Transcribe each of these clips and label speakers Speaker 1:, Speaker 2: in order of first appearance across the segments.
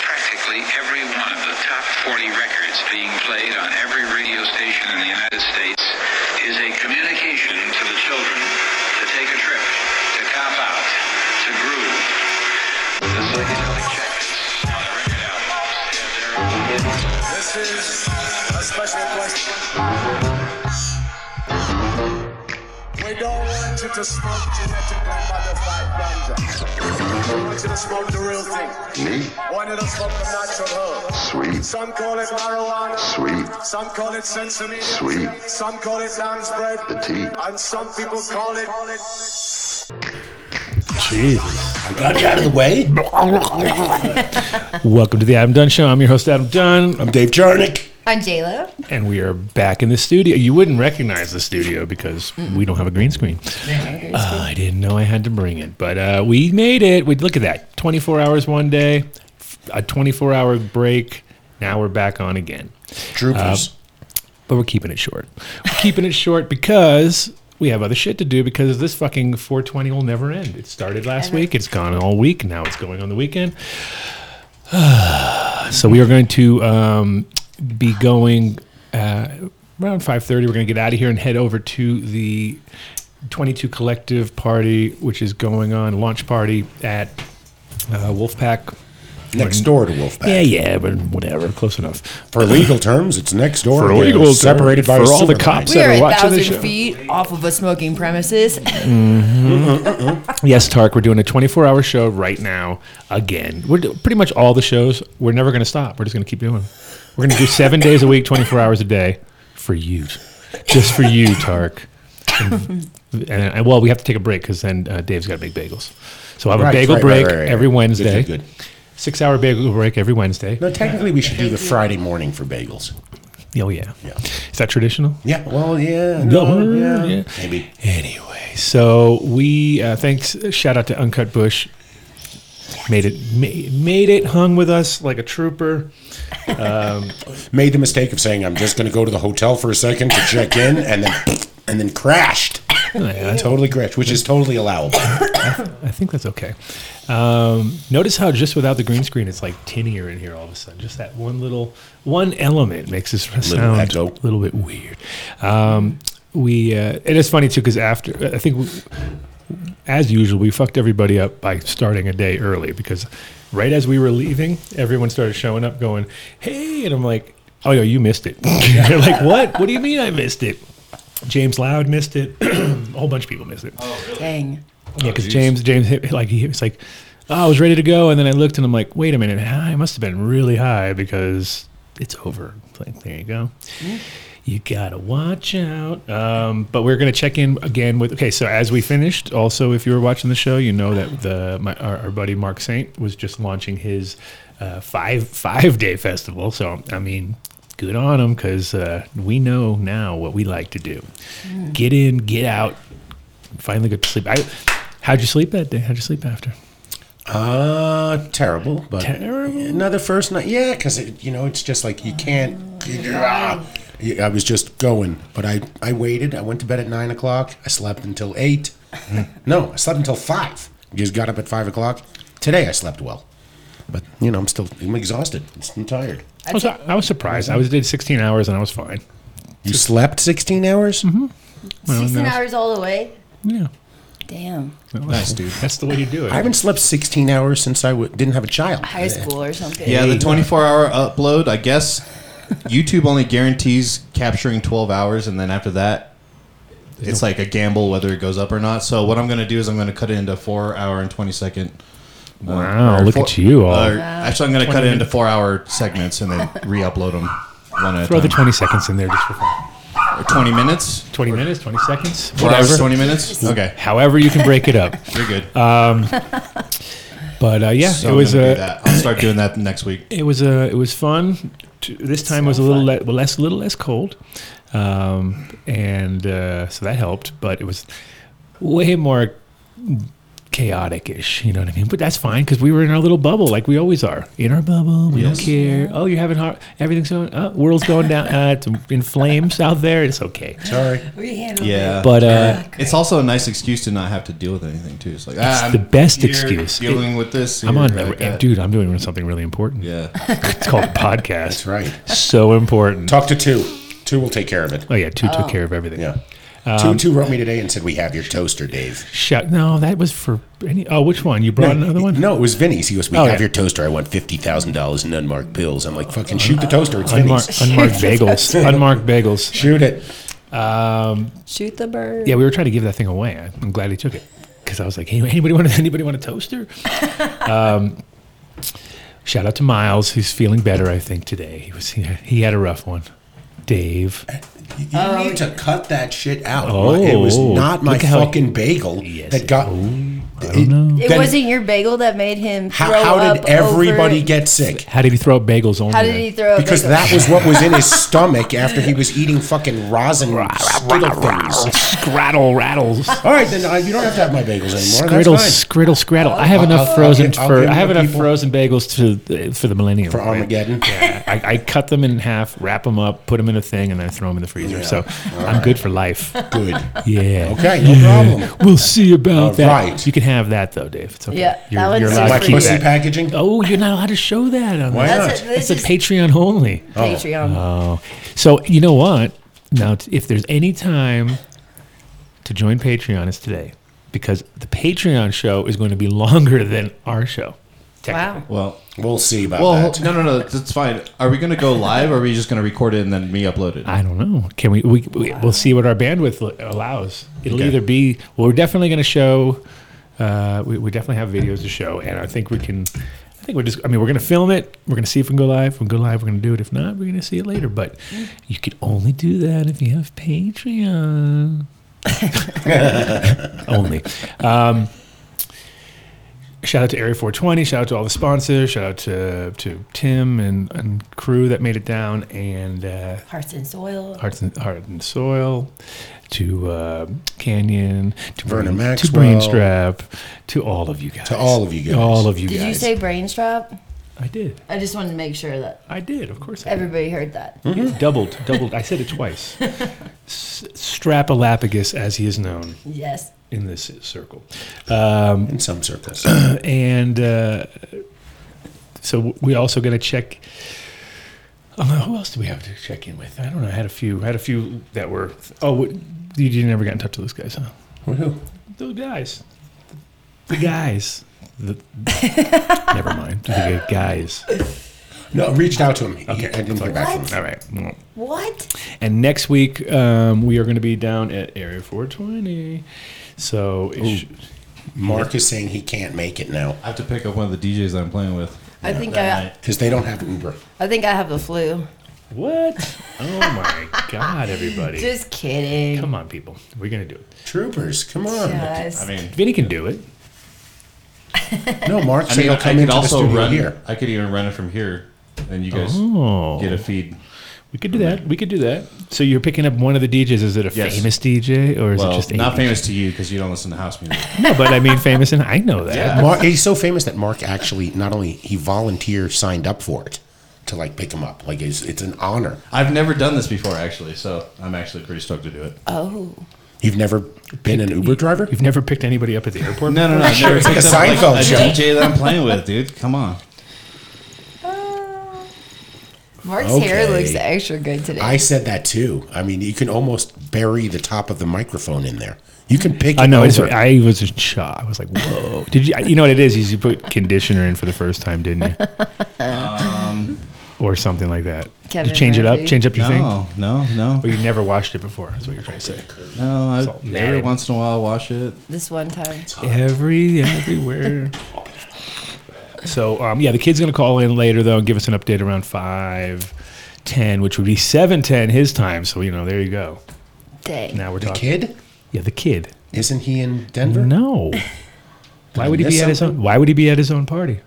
Speaker 1: virtually every one of the top 40 records being played on every radio station in the United States is a communication to the children to take a trip, to cop out, to groove. The psychedelic jackets on the record albums have their own
Speaker 2: This is a special question. We don't want you to smoke genetically modified ganja. We want you to smoke the real thing.
Speaker 3: Me?
Speaker 2: We want you to smoke the natural herb.
Speaker 3: Sweet.
Speaker 2: Some call it marijuana.
Speaker 3: Sweet.
Speaker 2: Some call it sesame.
Speaker 3: Sweet.
Speaker 2: Some call it lamb's bread.
Speaker 3: The tea.
Speaker 2: And some people call it. Call it
Speaker 4: Jesus. I got it out of the way. Welcome to the Adam Dunn Show. I'm your host, Adam Dunn.
Speaker 5: I'm Dave Jarnick.
Speaker 6: On JLo?
Speaker 4: And we are back in the studio. You wouldn't recognize the studio because we don't have a green screen. Uh, I didn't know I had to bring it, but uh, we made it. We look at that. 24 hours one day, f- a 24 hour break. Now we're back on again. Uh,
Speaker 5: Droopers.
Speaker 4: But we're keeping it short. We're keeping it short because we have other shit to do because this fucking 420 will never end. It started last week, it's gone all week, now it's going on the weekend. so we are going to um, be going uh, around 5.30. We're going to get out of here and head over to the 22 Collective Party, which is going on, launch party at uh, Wolfpack.
Speaker 5: next door to Wolfpack.
Speaker 4: Yeah, yeah, but whatever, close enough.
Speaker 5: For legal terms, it's next door.
Speaker 4: For
Speaker 5: They're
Speaker 4: legal terms,
Speaker 5: separated by
Speaker 4: for
Speaker 5: a
Speaker 4: all the
Speaker 5: silver
Speaker 4: cops
Speaker 5: line.
Speaker 6: We are
Speaker 4: that
Speaker 6: a
Speaker 4: are watching the show.
Speaker 6: thousand feet off of a smoking premises.
Speaker 4: Yes, Tark, we're doing a 24 hour show right now again. We're do- pretty much all the shows. We're never going to stop. We're just going to keep doing them. We're going to do seven days a week, 24 hours a day for you. Just for you, Tark. And, and, and, well, we have to take a break because then uh, Dave's got to make bagels. So I have
Speaker 5: Right,
Speaker 4: a bagel
Speaker 5: right, right,
Speaker 4: break
Speaker 5: right, right.
Speaker 4: every
Speaker 5: Good,
Speaker 4: Wednesday.
Speaker 5: good, good.
Speaker 4: Six hour bagel break every Wednesday.
Speaker 5: No, technically, we should do the Friday morning for bagels.
Speaker 4: Oh, yeah.
Speaker 5: Yeah.
Speaker 4: Is that traditional?
Speaker 5: Yeah. Well, yeah.
Speaker 4: no,
Speaker 5: yeah.
Speaker 4: yeah.
Speaker 5: Maybe.
Speaker 4: Anyway, so we uh, thanks. Shout out to Uncut Bush. Made it, made, made it, hung with us like a trooper.
Speaker 5: Made the mistake of saying I'm just going to go to the hotel for a second to check in, and then and then crashed. Totally crashed, which is totally allowable.
Speaker 4: I think that's okay. Um, notice how just without the green screen, it's like tinnier in here all of a sudden. Just that one little one element makes this sound
Speaker 5: echo.
Speaker 4: a little bit weird. Um, we uh, and it's funny too because after I think we, as usual we fucked everybody up by starting a day early because right as we were leaving, everyone started showing up going, "Hey!" and I'm like, "Oh no, you missed it." They're like, "What? What do you mean I missed it?" James Loud missed it. a whole bunch of people missed it.
Speaker 6: Dang.
Speaker 4: Yeah, because James James hit like he was like, oh, I was ready to go, and then I looked and I'm like, wait a minute, I must have been really high because it's over. It's Like there you go. You gotta watch out. Um, but we're gonna check in again with. Okay, so as we finished, also if you were watching the show, you know that the my, our, our buddy Mark Saint was just launching his uh, five five day festival. So I mean, good on him because uh, we know now what we like to do: get in, get out, finally got to sleep. I, how'd you sleep that day? How'd you sleep after?
Speaker 5: Uh, terrible, but
Speaker 4: Terrible?
Speaker 5: Another first night, yeah, because you know it's just like you can't. Yeah, I was just going, but I I waited. I went to bed at nine o'clock. I slept until eight. no, I slept until five. Just got up at five o'clock. Today I slept well, but you know I'm still I'm exhausted. I'm tired.
Speaker 4: I was, I was surprised. I was did 16 hours and I was fine.
Speaker 5: You slept sixteen hours.
Speaker 6: 16
Speaker 4: nice.
Speaker 6: hours all the way?
Speaker 4: Yeah.
Speaker 6: Damn.
Speaker 5: Nice dude.
Speaker 4: That's the way you do it.
Speaker 5: I haven't slept sixteen hours since I w- didn't have a child.
Speaker 6: High school or something.
Speaker 7: Yeah, the 24 hour upload, I guess YouTube only guarantees capturing 12 hours, and then after that, it's like a gamble whether it goes up or not. So, what I'm going to do is I'm going to cut it into 4 hour and 20 second. uh,
Speaker 4: Wow,
Speaker 7: or
Speaker 4: look at you all.
Speaker 7: or- Actually, I'm going to cut it into 4 hour segments and then re upload them. One at a
Speaker 4: Throw the
Speaker 7: time.
Speaker 4: 20 seconds in there just for fun.
Speaker 7: Or 20 minutes?
Speaker 4: 20 minutes, 20 seconds,
Speaker 7: 4 hours,
Speaker 4: whatever.
Speaker 7: 20 minutes? Okay,
Speaker 4: However, you can break it up.
Speaker 7: you're good.
Speaker 4: But uh, yeah,
Speaker 7: So
Speaker 4: it
Speaker 7: I'm
Speaker 4: was
Speaker 7: gonna do
Speaker 4: a
Speaker 7: that. I'll start doing that next week.
Speaker 4: it was a it was fun. T- This time was a little le- well, less little less cold, um, and uh, so that helped. But it was way more chaotic-ish. You know what I mean? But that's fine because we were in our little bubble, like we always are. In our bubble, we
Speaker 7: Yes.
Speaker 4: don't care. Oh, you're having hard. Everything's going. Oh, world's going down. Uh, it's in flames out there. It's okay.
Speaker 5: Sorry.
Speaker 6: We handled
Speaker 7: Yeah.
Speaker 4: But uh,
Speaker 7: it's also a nice excuse to not have to deal with anything too. It's like ah,
Speaker 4: It's
Speaker 7: I'm
Speaker 4: the best
Speaker 7: here
Speaker 4: excuse.
Speaker 7: Dealing with this.
Speaker 4: I'm
Speaker 7: here,
Speaker 4: on,
Speaker 7: like
Speaker 5: uh,
Speaker 7: that.
Speaker 4: dude. I'm doing something really important.
Speaker 7: Yeah.
Speaker 4: It's called a podcast.
Speaker 5: That's right.
Speaker 4: So important.
Speaker 5: Talk to two. Two will take care of it.
Speaker 4: Oh yeah, two took care of everything.
Speaker 5: Yeah.
Speaker 4: Um,
Speaker 5: two, two wrote me today and said, We have your toaster, Dave.
Speaker 4: Shut. No, that was for any. Oh, which one? You brought another one?
Speaker 5: No, it was Vinny's. He goes, We
Speaker 4: Oh,
Speaker 5: have
Speaker 4: yeah.
Speaker 5: your toaster. I want $50,000 in unmarked bills. I'm like, Fucking shoot the toaster. It's
Speaker 4: Unmarked,
Speaker 5: Vinny's.
Speaker 4: unmarked bagels. unmarked bagels.
Speaker 5: Shoot it.
Speaker 6: Shoot the bird.
Speaker 4: Yeah, we were trying to give that thing away. I'm glad he took it because I was like, hey, anybody want anybody want a toaster? um, shout out to Miles. He's feeling better, I think, today. He was he, he had a rough one. Dave,
Speaker 5: You
Speaker 6: Um,
Speaker 5: need to cut that shit out.
Speaker 4: Oh.
Speaker 5: it was not my
Speaker 4: Look how-
Speaker 5: fucking bagel
Speaker 4: Yes,
Speaker 5: that
Speaker 4: it-
Speaker 5: got.
Speaker 4: I don't know.
Speaker 6: It
Speaker 5: Then-
Speaker 6: wasn't your bagel that made him
Speaker 5: How,
Speaker 6: throw
Speaker 5: how
Speaker 6: up
Speaker 5: did everybody
Speaker 6: over-
Speaker 5: get sick?
Speaker 4: How did he throw up bagels only?
Speaker 6: How did
Speaker 4: then?
Speaker 6: he throw? up
Speaker 5: Because
Speaker 6: bagels?
Speaker 5: that was what was in his stomach after he was eating fucking rosin skittle things.
Speaker 4: Scrattle rattles.
Speaker 5: All right, then uh, you don't have to have my bagels anymore.
Speaker 4: Scriddle,
Speaker 5: That's fine.
Speaker 4: scriddle, scraddle.
Speaker 6: Oh,
Speaker 4: I have
Speaker 5: I'll-
Speaker 4: enough
Speaker 5: I'll
Speaker 4: frozen
Speaker 5: give- I'll
Speaker 4: for
Speaker 5: give
Speaker 4: I have
Speaker 5: the
Speaker 4: enough
Speaker 5: people-
Speaker 4: frozen bagels to for the millennium
Speaker 5: For Armageddon.
Speaker 4: Yeah, I, I cut them in half, wrap them up, put them in a thing, and then I throw them in the freezer.
Speaker 5: Yeah.
Speaker 4: So I'm good for life.
Speaker 5: Good.
Speaker 4: Yeah.
Speaker 5: Okay, no problem.
Speaker 4: We'll see about
Speaker 5: All
Speaker 4: that.
Speaker 5: right.
Speaker 4: You can have that though, Dave. It's okay.
Speaker 6: Yeah,
Speaker 4: you're,
Speaker 6: that one's
Speaker 4: you're allowed
Speaker 5: My
Speaker 4: to
Speaker 6: free.
Speaker 4: keep
Speaker 5: pussy
Speaker 4: that.
Speaker 5: packaging.
Speaker 4: Oh, you're not allowed to show that on
Speaker 5: Why
Speaker 4: the-
Speaker 5: not?
Speaker 6: That's it.
Speaker 4: It's
Speaker 6: This
Speaker 4: a
Speaker 6: is
Speaker 4: Patreon only.
Speaker 6: Patreon.
Speaker 4: Oh, so you know what? Now, t- if there's any time to join Patreon, it's today because the Patreon show is going to be longer than our show. technically.
Speaker 6: wow.
Speaker 7: Well.
Speaker 5: We'll see about
Speaker 7: Well,
Speaker 5: that.
Speaker 7: no, no, no. That's fine. Are we going to go live, or are we just going to record it and then me upload it?
Speaker 4: I don't know. Can we? we, we We'll see what our bandwidth l- allows. It'll
Speaker 7: Okay.
Speaker 4: either be. Well, we're definitely going to show. Uh, we, we definitely have videos to show, and I think we can. I think we're just. I mean, we're going to film it. We're going to see if we can go live. If we can go live, we're going to do it. If not, we're going to see it later. But you can only do that if you have Patreon. only. Um, shout out to Area 420. Shout out to all the sponsors. Shout out to to Tim and, and crew that made it down. And uh,
Speaker 6: Hearts and soil.
Speaker 4: Hearts and, Heart and Soil, to uh, Canyon, to
Speaker 5: Vernon
Speaker 4: Brain-
Speaker 5: Maxwell.
Speaker 4: to Brainstrap, to all of you guys,
Speaker 5: To all of you guys.
Speaker 4: all of you
Speaker 6: Did
Speaker 4: guys.
Speaker 6: you say brain strap?
Speaker 4: I did?
Speaker 6: I just wanted to make sure that
Speaker 4: I did. Of course, I did.
Speaker 6: everybody heard that.
Speaker 4: doubled, doubled. I said it twice. S- Strapalapagus, as he is known
Speaker 6: Yes.
Speaker 4: in this circle, um,
Speaker 5: in some circles.
Speaker 4: and uh, so we also going to check. I don't know who else do we have to check in with? I don't know. I had a few. I had a few that were. Oh, you, you never got in touch with those guys, huh?
Speaker 5: Woohoo.
Speaker 4: Those guys. The guys. The, never mind. The guys.
Speaker 5: no, I reached out to him. Okay, I didn't hear back from him.
Speaker 4: All right. Mm.
Speaker 6: What?
Speaker 4: And next week, um, we are going to be down at Area 420. So, it sh-
Speaker 5: Mark is saying he can't make it now
Speaker 7: I have to pick up one of the DJs that I'm playing with.
Speaker 6: I think
Speaker 7: that
Speaker 6: I,
Speaker 7: night.
Speaker 5: because they don't have Uber.
Speaker 6: I think I have the flu.
Speaker 4: what? Oh my God, everybody.
Speaker 6: Just kidding.
Speaker 4: Come on, people. We're going to do it.
Speaker 5: Troopers, come on.
Speaker 6: Guys.
Speaker 7: I mean,
Speaker 4: Vinny can do it.
Speaker 5: No, Mark
Speaker 7: I
Speaker 5: said
Speaker 7: mean,
Speaker 5: he'll
Speaker 7: I
Speaker 5: come
Speaker 7: could
Speaker 5: into the
Speaker 7: also
Speaker 5: studio
Speaker 7: run
Speaker 5: here.
Speaker 7: I could even run it from here, and you guys
Speaker 4: Oh.
Speaker 7: get a feed.
Speaker 4: We could do that. We could do that. So, you're picking up one of the DJs. Is it a
Speaker 7: Yes.
Speaker 4: famous DJ or is
Speaker 7: Well,
Speaker 4: it just a
Speaker 7: not
Speaker 4: DJ?
Speaker 7: famous to you because you don't listen to house music.
Speaker 4: No, but I mean, famous, and I know that.
Speaker 7: Yeah.
Speaker 5: Mark, he's so famous that Mark actually not only he volunteer signed up for it to like pick him up. Like it's, it's an honor.
Speaker 7: I've never done this before, actually, so I'm actually pretty stoked to do it.
Speaker 6: Oh.
Speaker 5: You've never been an Uber driver?
Speaker 4: You've never picked anybody up at the airport?
Speaker 7: No, no, no. I've never
Speaker 5: It's like
Speaker 7: picked
Speaker 5: a
Speaker 7: up, like,
Speaker 5: Seinfeld
Speaker 7: a
Speaker 5: show.
Speaker 7: DJ that I'm playing with, dude. Come on.
Speaker 6: Mark's hair
Speaker 5: Okay.
Speaker 6: looks extra good today.
Speaker 5: I said that too. I mean, you can almost bury the top of the microphone in there. You can pick.
Speaker 4: I
Speaker 5: it
Speaker 4: know. It's,
Speaker 5: over.
Speaker 4: I was in shock. I was like, "Whoa!" Did you? You know what it is? Is you put conditioner in for the first time, didn't you? Um, or something like that.
Speaker 6: Kevin
Speaker 4: you change it
Speaker 6: Murphy.
Speaker 4: up. Change up your thing.
Speaker 7: No, no, no,
Speaker 4: But you never washed it before. That's what you're trying to say.
Speaker 7: no. I
Speaker 4: Salt and
Speaker 7: every
Speaker 4: added.
Speaker 7: once in a while wash it.
Speaker 6: this one time.
Speaker 4: Every everywhere. so um, yeah, the kid's gonna call in later though and give us an update around five ten, which would be seven ten his time. So you know, there you go.
Speaker 6: Dang.
Speaker 4: Now we're
Speaker 5: the
Speaker 4: talking.
Speaker 5: kid
Speaker 4: Yeah, the kid.
Speaker 5: isn't he in Denver?
Speaker 4: No. Why would he
Speaker 5: miss
Speaker 4: be at his own? Why would he be at his own party?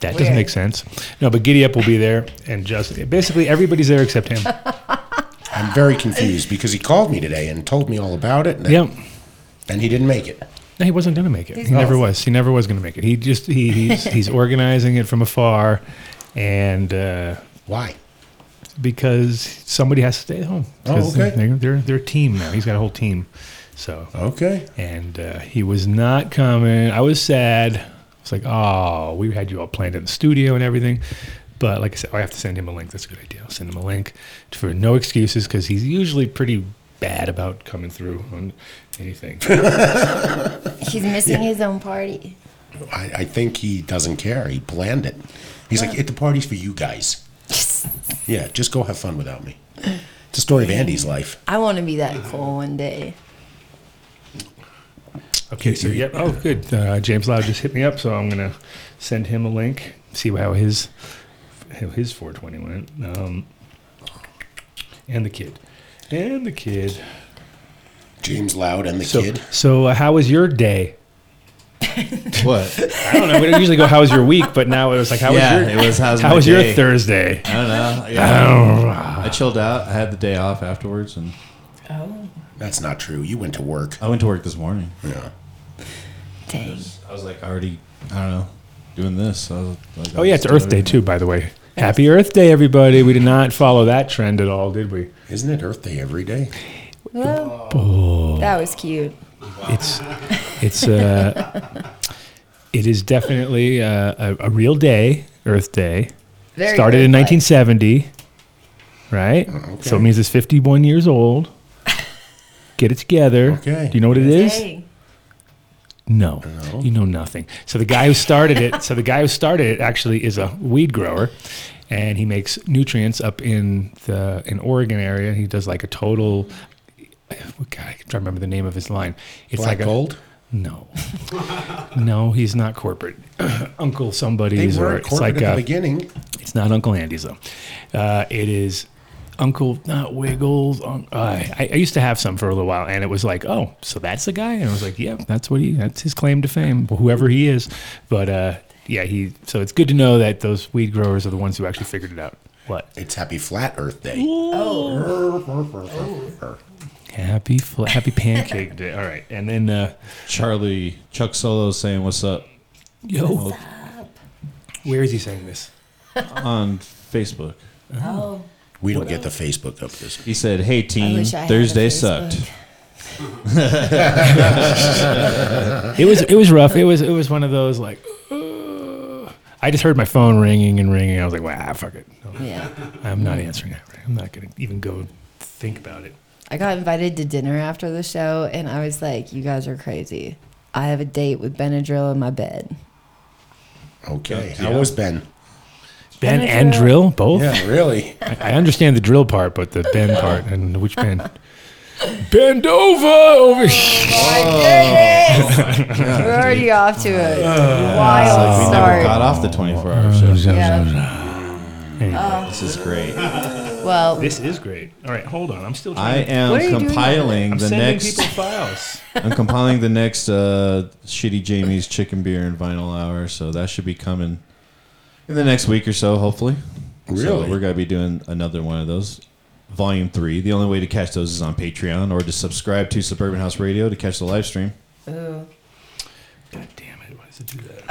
Speaker 4: That doesn't
Speaker 6: Weird.
Speaker 4: make sense. No, but Giddy Up will be there, and Justin. Basically, everybody's there except him.
Speaker 5: I'm very confused because he called me today and told me all about it, and,
Speaker 4: yep.
Speaker 5: and he didn't make it.
Speaker 4: No, he wasn't going to make it. He never was. He never was going to make it. He just he he's, he's organizing it from afar, and uh,
Speaker 5: Why?
Speaker 4: because somebody has to stay at home.
Speaker 5: Oh,
Speaker 4: 'Cause
Speaker 5: okay. Oh.
Speaker 4: They're, they're they're a team now. He's got a whole team. So
Speaker 5: Okay.
Speaker 4: and uh, he was not coming. I was sad. I was like, oh, we had you all planned in the studio and everything. But like I said, oh, I have to send him a link. That's a good idea. I'll send him a link for no excuses because he's usually pretty bad about coming through on anything.
Speaker 6: He's missing his own party.
Speaker 5: I, I think he doesn't care. He planned it. He's like, "It the party's for you guys. Yeah, just go have fun without me. It's a story of Andy's life.
Speaker 6: I want to be that cool one day.
Speaker 4: Okay, so yep. Oh, good. Uh, James Lau just hit me up, so I'm gonna send him a link. See how his how his 420 went, um, and the kid, and the kid.
Speaker 5: James Loud and the
Speaker 4: So,
Speaker 5: kid.
Speaker 4: so uh, how was your day?
Speaker 7: What?
Speaker 4: I don't know. We don't usually go, "How was your week?" But now it was like, "How
Speaker 7: yeah,
Speaker 4: was your
Speaker 7: it was how's
Speaker 4: how
Speaker 7: my
Speaker 4: was
Speaker 7: day?
Speaker 4: your Oh. Thursday?"
Speaker 7: I don't know. Yeah. I chilled out. I had the day off afterwards, and
Speaker 6: Oh,
Speaker 5: That's not true. You went to work.
Speaker 7: I went to work this morning.
Speaker 5: Yeah.
Speaker 6: dang.
Speaker 7: I was like already, I don't know, doing this. So I was like,
Speaker 4: Oh yeah, it's Earth Day too, by the way. Happy Earth Day, everybody. We did not follow that trend at all, did we?
Speaker 5: Isn't it Earth Day every day?
Speaker 6: Well, that was cute.
Speaker 4: it's it's uh it is definitely uh, a, a real day earth day
Speaker 6: Very
Speaker 4: started in
Speaker 6: good, but
Speaker 4: 1970 right
Speaker 5: Oh,
Speaker 4: so it means it's 51 years old get it together
Speaker 5: Okay.
Speaker 4: do you know what it is
Speaker 6: dang.
Speaker 4: no. You know nothing. So the guy who started it, so the guy who started it actually is a weed grower and he makes nutrients up in the in Oregon area. He does like a total oh, God, I can't remember the name of his line. It's
Speaker 5: Black
Speaker 4: like a-
Speaker 5: gold?
Speaker 4: No. no, he's not corporate. Uncle
Speaker 5: They
Speaker 4: somebody's or
Speaker 5: were
Speaker 4: it's
Speaker 5: corporate
Speaker 4: like
Speaker 5: at
Speaker 4: a,
Speaker 5: the beginning.
Speaker 4: it's not Uncle Andy's though. Uh, it is Uncle not Wiggles. un- I, I- I used to have some for a little while, and it was like, oh, so that's the guy. And I was like, yeah, that's what he. That's his claim to fame, whoever he is. But uh, yeah, he. So it's good to know that those weed growers are the ones who actually figured it out. What
Speaker 5: It's Happy Flat Earth Day.
Speaker 4: happy fl- happy pancake day? All right, and then uh,
Speaker 7: Charlie Chuck Solo saying what's up
Speaker 4: yo, where is he saying this?
Speaker 7: on Facebook.
Speaker 6: Oh,
Speaker 5: We don't get the Facebook of this.
Speaker 7: He said, "Hey
Speaker 6: I
Speaker 7: team,
Speaker 6: wish I had a
Speaker 7: Thursday
Speaker 6: Facebook.
Speaker 7: sucked."
Speaker 4: it was it was rough. It was it was one of those like. uh, I just heard my phone ringing and ringing. I was like, "Wow, fuck it."
Speaker 6: Yeah.
Speaker 4: I'm not answering that. I'm not going to even go think about it.
Speaker 6: I got invited to dinner after the show, and I was like, "You guys are crazy. I have a date with Benadryl in my bed."
Speaker 5: Okay.
Speaker 7: Yeah.
Speaker 5: How was Ben?
Speaker 4: Ben
Speaker 6: Benadryl.
Speaker 4: and drill, both.
Speaker 5: Yeah, really.
Speaker 4: I, I understand the drill part, but the Ben part and which Ben? Bend over over. here.
Speaker 6: We're already off to a wild
Speaker 7: Never
Speaker 6: start.
Speaker 7: got off the 24-hour shift.
Speaker 6: Yeah.
Speaker 4: Anyway,
Speaker 7: This is great.
Speaker 6: Well,
Speaker 4: this is great. All right, hold on. I'm still
Speaker 7: I
Speaker 4: trying. to,
Speaker 6: What are
Speaker 7: am
Speaker 6: you doing
Speaker 7: compiling
Speaker 4: I'm
Speaker 7: the
Speaker 4: sending
Speaker 7: next.
Speaker 4: people files.
Speaker 7: I'm compiling the next uh, shitty Jamie's chicken beer and vinyl hour, so that should be coming in the next week or so, hopefully.
Speaker 5: Really?
Speaker 7: so we're gonna be doing another one of those, volume three. The only way to catch those is on Patreon or to subscribe to Suburban House Radio to catch the live stream.
Speaker 6: ooh,
Speaker 4: God damn it! Why does it do that?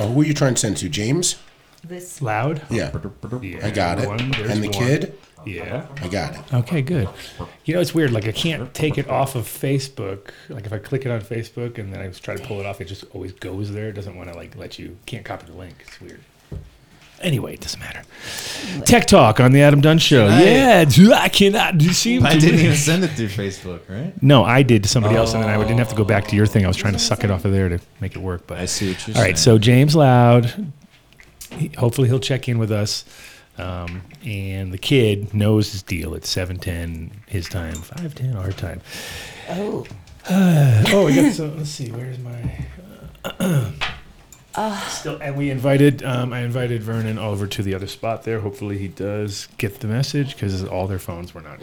Speaker 5: Oh, who are you trying to send to? James?
Speaker 6: this
Speaker 4: Loud.
Speaker 5: Yeah.
Speaker 4: Yeah,
Speaker 5: I got it.
Speaker 4: one, there's
Speaker 5: and the
Speaker 4: one.
Speaker 5: kid?
Speaker 4: Yeah.
Speaker 5: I got it.
Speaker 4: Okay, good. You know, it's weird. Like, I can't take it off of Facebook. Like, if I click it on Facebook and then I try to pull it off, it just always goes there. It doesn't want to, like, let you, can't copy the link. It's weird. Anyway, it doesn't matter. Tech Talk on The Adam Dunn Show.
Speaker 7: Tonight.
Speaker 4: Yeah, dude, I cannot do- seem
Speaker 7: I
Speaker 4: to-
Speaker 7: didn't even Oh. send it through Facebook, right?
Speaker 4: No, I did to somebody else, and then I didn't have to go back to your thing. I was trying to suck it off of there to make it work. But
Speaker 7: I see what you're
Speaker 4: all right,
Speaker 7: saying.
Speaker 4: so James Loud, he, hopefully he'll check in with us. Um, and the kid knows his deal. It's seven ten his time, five ten our time.
Speaker 6: oh
Speaker 4: Oh, we got so let's see, where's my. uh, Still, and we invited, um, I invited Vernon over to the other spot there. Hopefully, he does get the message because all their phones were not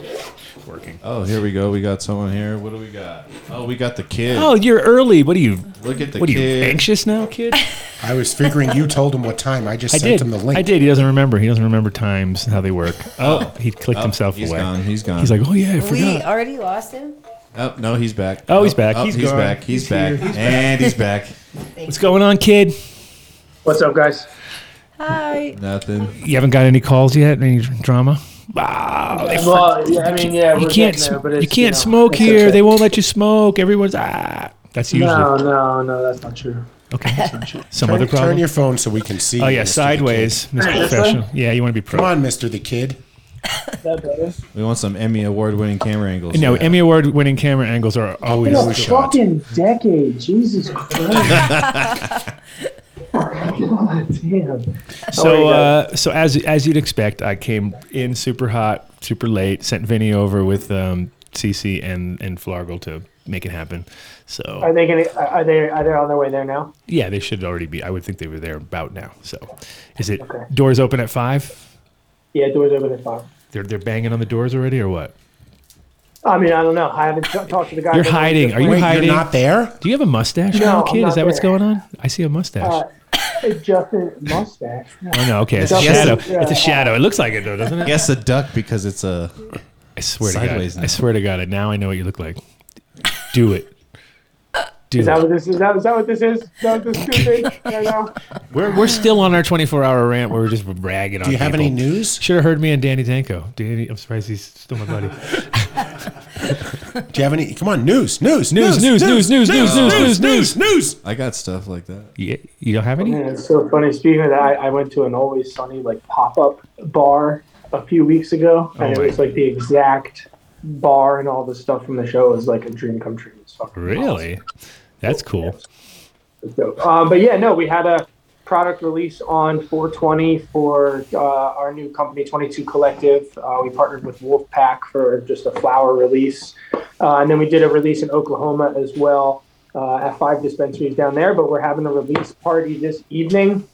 Speaker 4: working.
Speaker 7: Oh, here we go. We got someone here. What do we got? Oh, we got the kid.
Speaker 4: Oh, you're early. What are you?
Speaker 7: Look at the
Speaker 4: What are you
Speaker 7: kid.
Speaker 4: anxious now, kid?
Speaker 5: I was figuring you told him what time. I just
Speaker 4: I
Speaker 5: sent
Speaker 4: did.
Speaker 5: him the link.
Speaker 4: I did. He doesn't remember. He doesn't remember times how they work. Oh, he clicked
Speaker 7: Oh,
Speaker 4: himself
Speaker 7: he's
Speaker 4: away.
Speaker 7: gone. He's gone.
Speaker 4: He's like, oh yeah, I
Speaker 6: we
Speaker 4: forgot.
Speaker 6: already lost him.
Speaker 7: Oh no, he's back.
Speaker 4: Oh, he's back. He's
Speaker 7: he's
Speaker 4: gone.
Speaker 7: back. He's,
Speaker 4: He's
Speaker 7: back.
Speaker 4: here. He's
Speaker 7: and he's back.
Speaker 4: What's going on, kid?
Speaker 3: What's up, guys?
Speaker 6: Hi.
Speaker 7: Nothing.
Speaker 4: You haven't got any calls yet? Any drama? Wow. they
Speaker 3: Well, yeah, I mean, yeah,
Speaker 4: you
Speaker 3: we're
Speaker 4: can't
Speaker 3: getting there,
Speaker 4: sm-
Speaker 3: but it's,
Speaker 4: you can't
Speaker 3: know,
Speaker 4: smoke
Speaker 3: it's
Speaker 4: here.
Speaker 3: okay.
Speaker 4: They won't let you smoke. Everyone's ah. That's usually
Speaker 3: No, no, no, that's not true.
Speaker 4: okay. Some
Speaker 5: Turn,
Speaker 4: other
Speaker 5: turn
Speaker 4: problem.
Speaker 5: your phone so we can see.
Speaker 4: oh
Speaker 5: you,
Speaker 4: yeah,
Speaker 5: Mr. the
Speaker 4: sideways, Mr. Professional. Yeah, you want to be
Speaker 5: Kid. Come
Speaker 4: pro.
Speaker 5: on, Mister the Kid.
Speaker 3: Is that better?
Speaker 7: We want some Emmy award-winning camera angles.
Speaker 4: No,
Speaker 7: Yeah.
Speaker 4: Emmy Award-winning camera angles are always.
Speaker 3: What a
Speaker 5: Always shot.
Speaker 3: fucking decade, Jesus Christ! God damn.
Speaker 4: So,
Speaker 3: Oh, yeah.
Speaker 4: uh, so as as you'd expect, I came in super hot, super late. Sent Vinny over with um, CC and and Flargle to make it happen.
Speaker 3: Are
Speaker 4: So
Speaker 3: they gonna? Are they? Are they on their way there now?
Speaker 4: yeah, they should already be. I would think they were there about now. So, is it
Speaker 3: Okay.
Speaker 4: doors open at five?
Speaker 3: Yeah, doors open at five.
Speaker 4: They're they're banging on the doors already, or what?
Speaker 3: I mean, I don't know. I haven't t- talked to Uh, the guy.
Speaker 4: You're hiding. Are you
Speaker 5: Wait,
Speaker 4: hiding?
Speaker 5: you're not there.
Speaker 4: Do you have a mustache
Speaker 3: No,
Speaker 4: now,
Speaker 3: I'm
Speaker 4: kid? Is
Speaker 3: not
Speaker 4: that what's
Speaker 3: there.
Speaker 4: going on? I see a mustache.
Speaker 3: Uh, Justin mustache.
Speaker 4: oh no, okay, it's a
Speaker 3: Yes.
Speaker 4: shadow.
Speaker 3: Yeah.
Speaker 4: It's a shadow. It looks like it though, doesn't it?
Speaker 7: Guess a duck because it's a.
Speaker 4: I swear
Speaker 7: Sideways
Speaker 4: to
Speaker 7: now.
Speaker 4: God. I swear to God. I- Now I know what you look like. Do it. Do
Speaker 3: Is
Speaker 4: it.
Speaker 3: that what this is? Is that, is that what this is? Is that what this is right now?
Speaker 4: We're, we're still on our 24 hour rant where we're just bragging on
Speaker 5: Do you have any
Speaker 4: people.
Speaker 5: news?
Speaker 4: Should have heard me and Danny Danko. Danny, I'm surprised he's still my buddy.
Speaker 5: Do you have any? Come on, news, news,
Speaker 4: News, news, news, news, news, news, news, news,
Speaker 5: news.
Speaker 7: I got stuff like that.
Speaker 4: You, you don't have any?
Speaker 3: Yeah, it's so funny. Speaking of that, I, I went to an Always Sunny like pop up bar a few weeks ago, and
Speaker 4: Oh,
Speaker 3: it was
Speaker 4: my-
Speaker 3: like the exact bar and all the stuff from the show was like a dream come true. It's fucking
Speaker 4: Really? That's cool.
Speaker 3: awesome. Dope. Um, but yeah, no, we had a product release on 420 for uh, our new company 22 Collective. Uh, we partnered with Wolfpack for just a flower release, uh, and then we did a release in Oklahoma as well. Uh, at five dispensaries down there, but we're having a release party this evening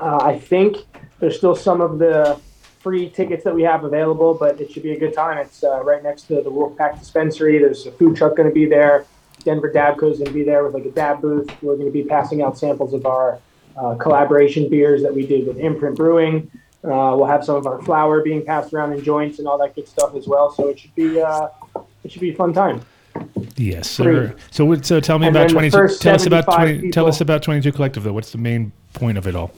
Speaker 3: Uh, I think there's still some of the free tickets that we have available, but it should be a good time. It's uh, right next to the Wolfpack Dispensary. There's a food truck going to be there. Denver Dabco's going to be there with like a dab booth. We're going to be passing out samples of our uh, collaboration beers that we did with Imprint Brewing. Uh, we'll have some of our flour being passed around in joints and all that good stuff as well. So it should be uh, it should be a fun time.
Speaker 4: Yes, sir. So, what- so tell me
Speaker 3: And
Speaker 4: about
Speaker 3: then the
Speaker 4: 22.
Speaker 3: first
Speaker 4: Tell us about
Speaker 3: 75
Speaker 4: 20, Tell
Speaker 3: people-
Speaker 4: us about 22 Collective though. What's the main point of it all?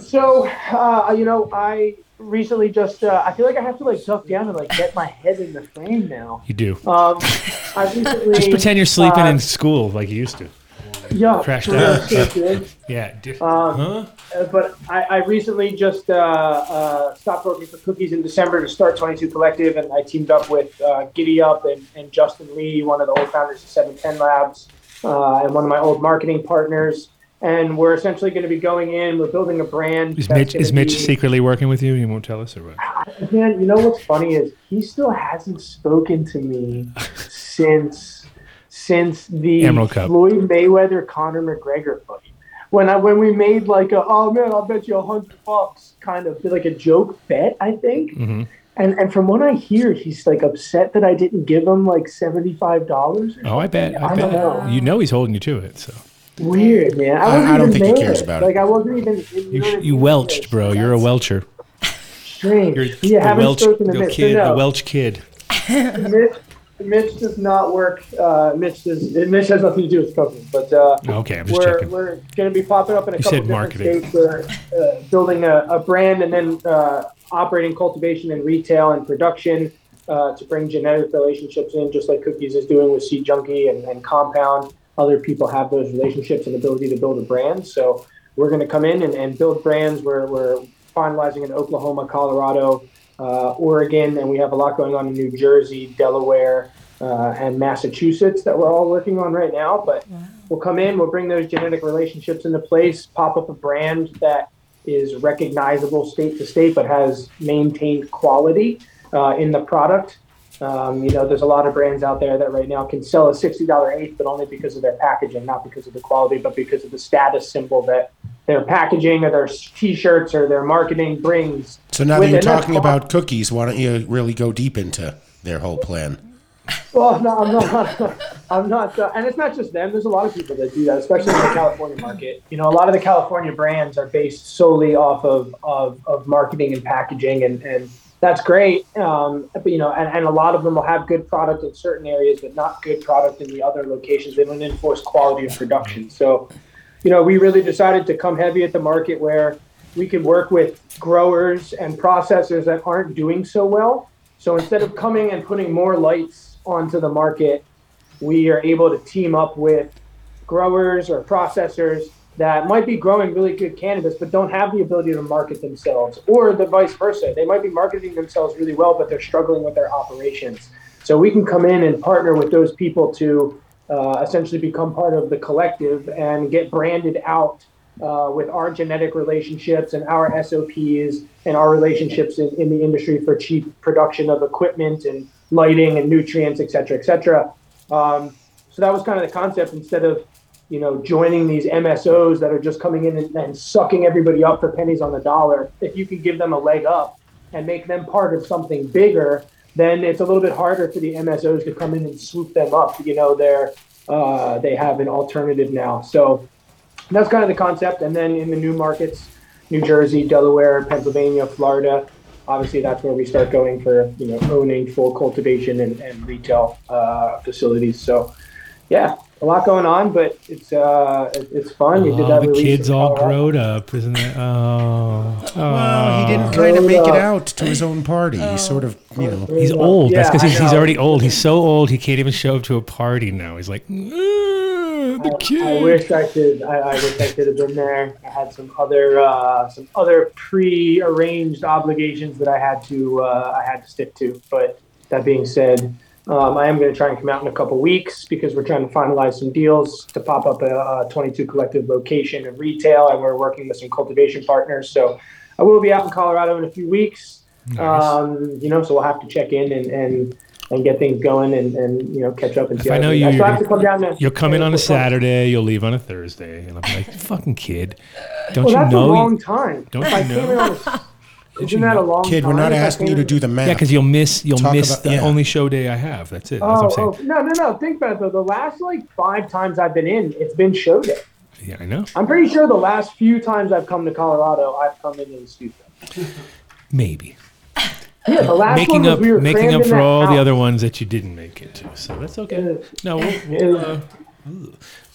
Speaker 3: So, uh, you know, I recently just uh, I feel like I have to like duck down and like get my head in the frame now.
Speaker 4: You do.
Speaker 3: Um, I recently
Speaker 4: Just pretend you're sleeping
Speaker 3: uh,
Speaker 4: in school like you used to.
Speaker 3: yeah,
Speaker 4: Crash
Speaker 3: for real
Speaker 4: down.
Speaker 3: shit, dude.
Speaker 4: Yeah. di- huh?
Speaker 3: Uh, but I, I recently just uh, uh, stopped working for Cookies in December to start 22 Collective, and I teamed up with uh, Giddy Up and, and Justin Lee, one of the old founders of 710 Labs, uh, and one of my old marketing partners. And we're essentially going to be going in. We're building a brand.
Speaker 4: Is
Speaker 3: that's
Speaker 4: Mitch
Speaker 3: gonna
Speaker 4: is Mitch
Speaker 3: be-
Speaker 4: secretly working with you? You won't tell us or what?
Speaker 3: Man, you know what's funny is he still hasn't spoken to me since since the
Speaker 4: Emerald Cup.
Speaker 3: Floyd Mayweather Conor McGregor fight. When I when we made like a oh man I'll bet you a hundred bucks kind of like a joke bet I think.
Speaker 4: Mm-hmm.
Speaker 3: And and from what I hear, he's like upset that I didn't give him like seventy five dollars.
Speaker 4: Oh, I bet. I,
Speaker 3: I
Speaker 4: bet.
Speaker 3: don't know.
Speaker 4: You know he's holding you to it. So
Speaker 3: Weird man. I, wasn't
Speaker 5: I don't
Speaker 3: even
Speaker 5: think he
Speaker 3: there.
Speaker 5: cares about it.
Speaker 3: Like I wasn't even.
Speaker 4: you, you welched, bro. You're a welcher.
Speaker 3: Strange.
Speaker 4: You're
Speaker 3: yeah,
Speaker 4: the
Speaker 3: haven't
Speaker 4: Welch
Speaker 3: spoken to
Speaker 4: the
Speaker 3: Mitch, so
Speaker 4: kid, the
Speaker 3: no.
Speaker 4: Welch kid.
Speaker 3: Mitch, Mitch does not work. Uh, Mitch does. Mitch has nothing to do with cooking, but uh,
Speaker 4: Okay, I'm just
Speaker 3: we're
Speaker 4: checking.
Speaker 3: we're going to be popping up in a
Speaker 4: You
Speaker 3: couple
Speaker 4: said
Speaker 3: different
Speaker 4: marketing.
Speaker 3: states. We're uh, building a, a brand and then uh, operating cultivation and retail and production uh, to bring genetic relationships in, just like Cookies is doing with Seed Junkie and, and Compound. Other people have those relationships and ability to build a brand. So we're going to come in and, and build brands. We're, we're finalizing in Oklahoma, Colorado, uh, Oregon, and we have a lot going on in New Jersey, Delaware, uh, and Massachusetts that we're all working on right now. But we'll come in, we'll bring those genetic relationships into place, pop up a brand that is recognizable state to state, but has maintained quality uh, in the product. Um, you know, there's a lot of brands out there that right now can sell a $60 eighth, but only because of their packaging, not because of the quality, but because of the status symbol that their packaging or their t-shirts or their marketing brings.
Speaker 5: So now that
Speaker 3: with-
Speaker 5: you're
Speaker 3: and that's
Speaker 5: talking about cookies, why don't you really go deep into their whole plan?
Speaker 3: Well, no, I'm not. I'm not. Uh, and it's not just them. There's a lot of people that do that, especially in the California market. You know, a lot of the California brands are based solely off of of, of marketing and packaging and, and that's great. Um, but, you know, and, and a lot of them will have good product in certain areas, but not good product in the other locations. They don't enforce quality of production. So, you know, we really decided to come heavy at the market where we can work with growers and processors that aren't doing so well. So instead of coming and putting more lights onto the market, we are able to team up with growers or processors that might be growing really good cannabis but don't have the ability to market themselves or the vice versa they might be marketing themselves really well but they're struggling with their operations so we can come in and partner with those people to uh, essentially become part of the collective and get branded out uh, with our genetic relationships and our SOPs and our relationships in, in the industry for cheap production of equipment and lighting and nutrients, et cetera, et cetera. Um, so that was kind of the concept instead of, you know, joining these MSOs that are just coming in and, and sucking everybody up for pennies on the dollar. If you can give them a leg up and make them part of something bigger, then it's a little bit harder for the MSOs to come in and swoop them up. You know, they're, uh, they have an alternative now. So that's kind of the concept. And then in the new markets, New Jersey, Delaware, Pennsylvania, Florida, obviously that's where we start going for you know owning full cultivation and, and retail uh, facilities. So yeah, a lot going on, but it's uh, it- it's fun. You did
Speaker 4: Oh,
Speaker 3: that
Speaker 4: the
Speaker 3: release
Speaker 4: kids
Speaker 3: in
Speaker 4: all
Speaker 3: Colorado.
Speaker 4: grown up, isn't it? Oh,
Speaker 5: Well, he didn't kind of make it out to his own party. He sort of, you know.
Speaker 4: He's old. That's
Speaker 3: Yeah,
Speaker 4: because
Speaker 3: I
Speaker 4: he's, he's
Speaker 3: know.
Speaker 4: already old. He's so old he can't even show up to a party now. He's like, "Mm, the kid.
Speaker 3: I wish I could. I, I wish I could have been there. I had some other uh, some other pre-arranged obligations that I had to uh, I had to stick to. But that being said, um, I am going to try and come out in a couple weeks because we're trying to finalize some deals to pop up a, a 22 collective location in retail, and we're working with some cultivation partners. So I will be out in Colorado in a few weeks. Um, you know, so we'll have to check in and. and and get things going and, and you know catch up and see.
Speaker 4: If
Speaker 3: how
Speaker 4: I know
Speaker 3: things- I
Speaker 4: you,
Speaker 3: still have to come down to-
Speaker 4: you'll come in on a
Speaker 3: Well,
Speaker 4: Saturday, you'll leave on a Thursday, and I'm like, fucking kid, don't
Speaker 3: Well,
Speaker 4: you
Speaker 3: that's a
Speaker 4: know?
Speaker 3: long time.
Speaker 4: don't
Speaker 3: If I
Speaker 4: you
Speaker 3: came
Speaker 4: know?
Speaker 3: in on a- Isn't that a long
Speaker 5: Kid,
Speaker 3: time?
Speaker 5: we're not
Speaker 3: If I
Speaker 5: asking you
Speaker 3: came
Speaker 5: to
Speaker 3: in-
Speaker 5: do the math.
Speaker 4: yeah, because you'll miss you'll
Speaker 5: Talk
Speaker 4: miss
Speaker 5: about-
Speaker 4: the
Speaker 5: yeah.
Speaker 4: only show day I have. That's it. That's
Speaker 3: Oh,
Speaker 4: what I'm
Speaker 3: oh,
Speaker 4: saying.
Speaker 3: no, no, no. Think about it, though. The last, like, five times I've been in, it's been show day.
Speaker 4: Yeah, I know.
Speaker 3: I'm pretty sure the last few times I've come to Colorado, I've come in in studio.
Speaker 4: Maybe
Speaker 3: Yeah, the last one
Speaker 4: making
Speaker 3: was
Speaker 4: up
Speaker 3: we were
Speaker 4: making
Speaker 3: crammed
Speaker 4: up
Speaker 3: in
Speaker 4: for
Speaker 3: that
Speaker 4: all the
Speaker 3: house.
Speaker 4: other ones that you didn't make it to. So that's okay. No, we'll, we'll, uh,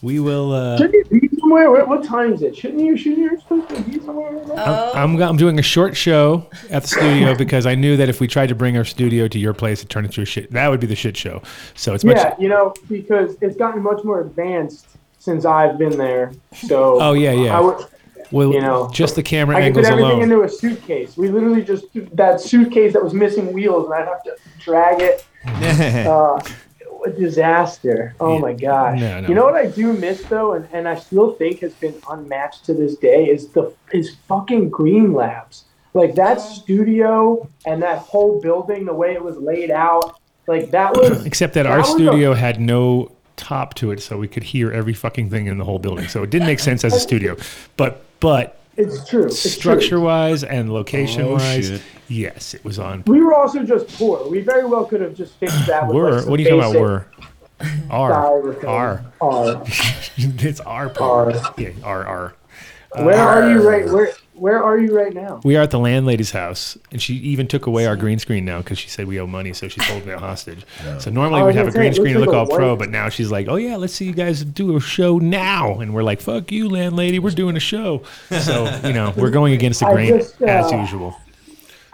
Speaker 4: we will. Uh,
Speaker 3: Shouldn't you be somewhere? What, what time is it? Shouldn't you? Shouldn't you supposed to be somewhere? Right
Speaker 6: Uh,
Speaker 3: now?
Speaker 6: Oh,
Speaker 4: I'm, I'm doing a short show at the studio because I knew that if we tried to bring our studio to your place and turn it into a shit, that would be the shit show. So it's much.
Speaker 3: yeah, you know, because it's gotten much more advanced since I've been there. So.
Speaker 4: Oh, yeah, yeah.
Speaker 3: I would-
Speaker 4: well,
Speaker 3: you know,
Speaker 4: just the camera
Speaker 3: I could put
Speaker 4: angles
Speaker 3: everything
Speaker 4: alone.
Speaker 3: into a suitcase. We literally just that suitcase that was missing wheels, and I'd have to drag it. Uh, a disaster! Oh my gosh!
Speaker 4: No, no.
Speaker 3: You know what I do miss though, and, and I still think has been unmatched to this day is the is fucking Green Labs. Like that studio and that whole building, the way it was laid out, like that was.
Speaker 4: Except that,
Speaker 3: that
Speaker 4: our
Speaker 3: was a-
Speaker 4: studio had no top to it, so we could hear every fucking thing in the whole building. So it didn't make sense as a studio. But but
Speaker 3: It's true. It's true.
Speaker 4: structure wise and location wise,
Speaker 7: shit.
Speaker 4: yes, it was on.
Speaker 3: We were also just poor. We very well could have just fixed that. with, like,
Speaker 4: Were
Speaker 3: some
Speaker 4: what are you talking about?
Speaker 3: basic
Speaker 4: Were R
Speaker 3: styrofoam.
Speaker 4: R.
Speaker 3: R.
Speaker 4: It's R part.
Speaker 3: R.
Speaker 4: Yeah, R R.
Speaker 3: Where are
Speaker 4: Uh,
Speaker 3: you right? Where Where are you right now?
Speaker 4: We are at the landlady's house, and she even took away our green screen now because she said we owe money, so she's holding it hostage. So normally
Speaker 3: I
Speaker 4: we'd
Speaker 3: was
Speaker 4: have
Speaker 3: gonna
Speaker 4: a
Speaker 3: say,
Speaker 4: green
Speaker 3: it
Speaker 4: screen and
Speaker 3: looks
Speaker 4: look
Speaker 3: like
Speaker 4: all
Speaker 3: a
Speaker 4: pro,
Speaker 3: white-
Speaker 4: but now she's like, "Oh yeah, let's see you guys do a show now," and we're like, "Fuck you, landlady, we're doing a show." So you know we're going against the
Speaker 3: I
Speaker 4: grain
Speaker 3: just, uh,
Speaker 4: as usual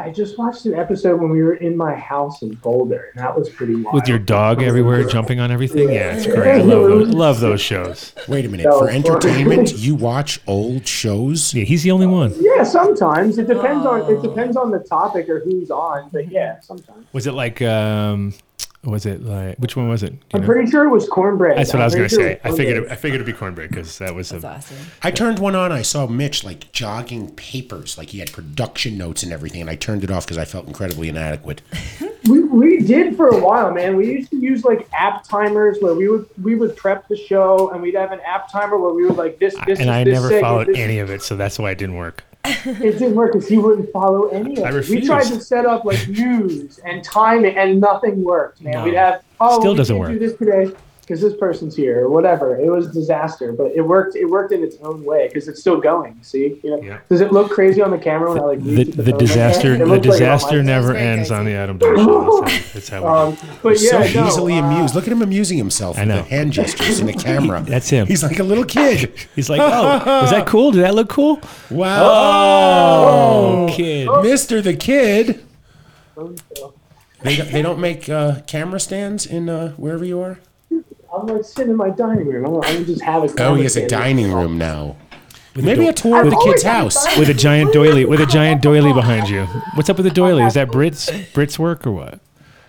Speaker 3: I just watched an episode when we were in my house in Boulder, and that was pretty wild.
Speaker 4: with your dog everywhere jumping on everything. Yeah, it's great. I
Speaker 3: Yeah.
Speaker 4: love those, love those shows.
Speaker 5: Wait a minute.
Speaker 3: That
Speaker 5: For
Speaker 3: was-
Speaker 5: entertainment, you watch old shows?
Speaker 4: Yeah, he's the only one.
Speaker 3: yeah, sometimes it depends on it depends on the topic or who's on, but yeah, sometimes.
Speaker 4: Was it like? um was it like which one was it? Do you
Speaker 3: I'm
Speaker 4: know?
Speaker 3: pretty sure it was cornbread.
Speaker 4: That's what
Speaker 3: I'm
Speaker 4: I was gonna
Speaker 3: pretty sure
Speaker 4: say.
Speaker 3: it
Speaker 4: I
Speaker 3: was
Speaker 4: figured it,
Speaker 3: cornbread.
Speaker 4: I figured it'd be cornbread because that was a
Speaker 6: That's awesome.
Speaker 5: I turned one on. I saw Mitch like jogging papers, like he had production notes and everything, and I turned it off because I felt incredibly inadequate.
Speaker 3: We, we did for a while, man. We used to use like app timers where we would we would prep the show, and we'd have an app timer where we would like this this
Speaker 4: and
Speaker 3: is
Speaker 4: I
Speaker 3: this
Speaker 4: never
Speaker 3: segment,
Speaker 4: followed
Speaker 3: this is
Speaker 4: any of it, so that's why it didn't work.
Speaker 3: It didn't work because he wouldn't follow any of
Speaker 4: I
Speaker 3: it. We
Speaker 4: refused.
Speaker 3: tried to set up like news and timing, and nothing worked, man.
Speaker 4: No.
Speaker 3: We'd have oh,
Speaker 4: Still
Speaker 3: we
Speaker 4: doesn't
Speaker 3: can't
Speaker 4: work.
Speaker 3: Do this today. because this person's here or whatever. It was a disaster, but it worked. It worked in its own way because it's still going. See, you know,
Speaker 4: Yeah.
Speaker 3: does it look crazy on the camera when I like
Speaker 4: The,
Speaker 3: reach
Speaker 4: the
Speaker 3: phone like
Speaker 4: disaster,
Speaker 3: that?
Speaker 4: the
Speaker 3: It looked like it on my
Speaker 4: disaster
Speaker 3: phone.
Speaker 4: never
Speaker 6: very
Speaker 4: ends
Speaker 6: crazy.
Speaker 4: on the Adam Dash show. That's how, that's how we
Speaker 3: Um, but yeah,
Speaker 5: so
Speaker 3: no,
Speaker 5: easily
Speaker 3: uh,
Speaker 5: amused. Look at him amusing himself
Speaker 4: I
Speaker 5: with
Speaker 4: know.
Speaker 5: the hand gestures in the camera.
Speaker 4: That's him.
Speaker 5: He's like a little kid.
Speaker 4: He's like, oh, was that cool? Did that look cool?
Speaker 5: Wow.
Speaker 4: Oh,
Speaker 3: Oh,
Speaker 4: kid.
Speaker 5: Mr. the Kid. They, they don't make uh, camera stands in uh, wherever you are?
Speaker 3: I'm like sitting in my dining room. I'm, like, I'm just having.
Speaker 5: Oh, he has a dining room now. Maybe
Speaker 4: do-
Speaker 5: a tour of
Speaker 4: with
Speaker 5: the
Speaker 4: do-
Speaker 5: kid's house.
Speaker 4: With a giant doily, with a giant doily behind you. What's up with the doily? Is that Brit's Brit's work or what?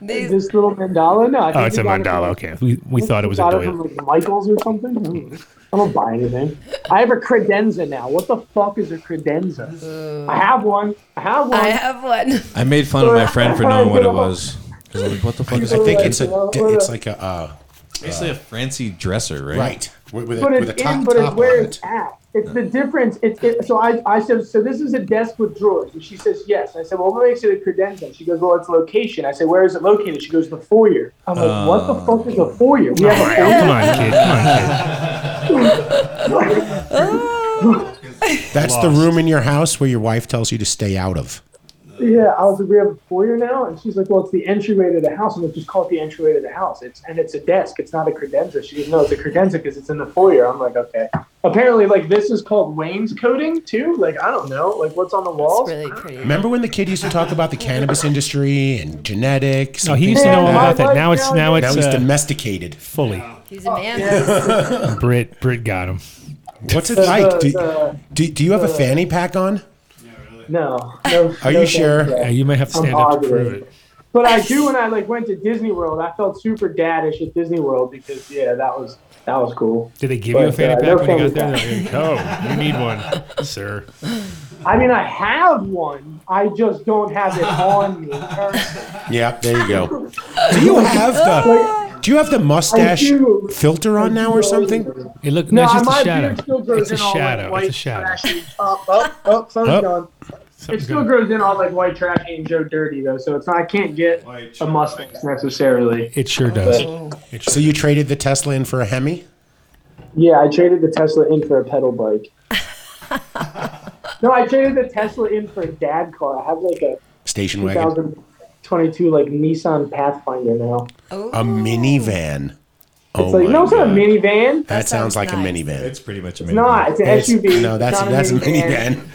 Speaker 6: They,
Speaker 3: This little mandala? No, I
Speaker 4: Oh,
Speaker 3: think
Speaker 4: it's
Speaker 3: we
Speaker 4: a
Speaker 3: got it from-
Speaker 4: mandala. Okay, we, we thought it was a
Speaker 3: got from
Speaker 4: doily. Oh,
Speaker 3: like Michaels or something. I don't, I don't buy anything. I have a credenza now. What the fuck is a credenza? I have one. I have one.
Speaker 6: I have one.
Speaker 7: I made fun of my friend for knowing what it was. 'Cause I was like, what the fuck
Speaker 5: I
Speaker 7: is that?
Speaker 5: think it's a it's like a uh,
Speaker 7: Basically a fancy dresser, right?
Speaker 5: right with, with a,
Speaker 3: but
Speaker 5: with a
Speaker 3: it's
Speaker 5: top
Speaker 3: in, but it's
Speaker 5: top
Speaker 3: where
Speaker 5: on
Speaker 3: it's
Speaker 5: it.
Speaker 3: at. It's the difference. It's it, so I I said so this is a desk with drawers, and she says yes. I said well what makes it a credenza? She goes well it's location. I said where is it located? She goes the foyer. I'm like what
Speaker 5: Uh,
Speaker 3: the fuck is a foyer? We have a foyer.
Speaker 4: Come on, kid. Come on, kid.
Speaker 5: That's the room in your house where your wife tells you to stay out of.
Speaker 3: Yeah, I was like, we have a foyer now, and she's like, well, it's the entryway to the house, and like, just call it the entryway to the house. It's and it's a desk. It's not a credenza. She goes, no, it's a credenza because it's in the foyer. I'm like, okay. Apparently, like this is called wainscoting too. Like I don't know, like what's on the walls.
Speaker 6: It's really pretty.
Speaker 5: Remember when the kid used to talk about the cannabis industry and genetics?
Speaker 4: No,
Speaker 5: and
Speaker 4: he
Speaker 5: things
Speaker 4: used to know
Speaker 5: like
Speaker 4: all
Speaker 5: that?
Speaker 4: about that. Now it's now
Speaker 5: Now
Speaker 4: it's
Speaker 5: he's
Speaker 4: uh,
Speaker 5: domesticated.
Speaker 4: fully
Speaker 6: He's a man.
Speaker 4: uh, Brit. Brit got him.
Speaker 5: What's it
Speaker 3: The-
Speaker 5: like?
Speaker 3: the-
Speaker 5: Do, do, do you have a fanny pack on?
Speaker 3: uh, no, no.
Speaker 5: Are
Speaker 3: no
Speaker 5: you
Speaker 3: thanks,
Speaker 5: sure?
Speaker 3: yeah.
Speaker 4: Yeah, you might have to
Speaker 3: I'm
Speaker 4: stand up to
Speaker 3: positive.
Speaker 4: prove it.
Speaker 3: But I do when I like went to Disney World. I felt super daddish at Disney World because yeah, that was that was cool.
Speaker 4: Did they give
Speaker 3: But,
Speaker 4: you a fanny
Speaker 3: uh,
Speaker 4: pack
Speaker 3: no
Speaker 4: when you got there?
Speaker 3: fanny
Speaker 4: They're like, oh, you need one, sir.
Speaker 3: I mean, I have one. I just don't have it on me.
Speaker 5: Yeah, there you go. Do you have the Do you have the mustache
Speaker 3: do.
Speaker 5: filter on now or something?
Speaker 4: It look,
Speaker 3: No,
Speaker 4: no, it's just
Speaker 3: my
Speaker 4: a
Speaker 3: beard still
Speaker 4: shadow. It's
Speaker 3: grows
Speaker 4: a
Speaker 3: in all
Speaker 4: shadow.
Speaker 3: like
Speaker 4: It's a
Speaker 3: white
Speaker 4: shadow. Oh,
Speaker 3: trashy. Oh, Up, up, up, sun's
Speaker 5: Up.
Speaker 3: gone. It still grows in all like white trash and Joe Dirty though, so it's not. I can't get a Mustang necessarily.
Speaker 4: It sure does.
Speaker 5: So you traded the Tesla in for a Hemi?
Speaker 3: Yeah, I traded the Tesla in for a pedal bike. no, I traded the Tesla in for a dad car. I have like a
Speaker 5: Station wagon.
Speaker 3: 2022 like Nissan Pathfinder now.
Speaker 5: A minivan. Oh
Speaker 3: It's like
Speaker 5: my
Speaker 3: no, it's not a
Speaker 5: God.
Speaker 3: minivan.
Speaker 5: That sounds
Speaker 6: sounds
Speaker 5: like
Speaker 6: nice.
Speaker 5: a minivan.
Speaker 7: It's pretty much
Speaker 3: It's
Speaker 7: amazing.
Speaker 3: not. It's an
Speaker 5: It's-
Speaker 3: SUV.
Speaker 5: No, that's
Speaker 3: It's not
Speaker 5: that's a minivan.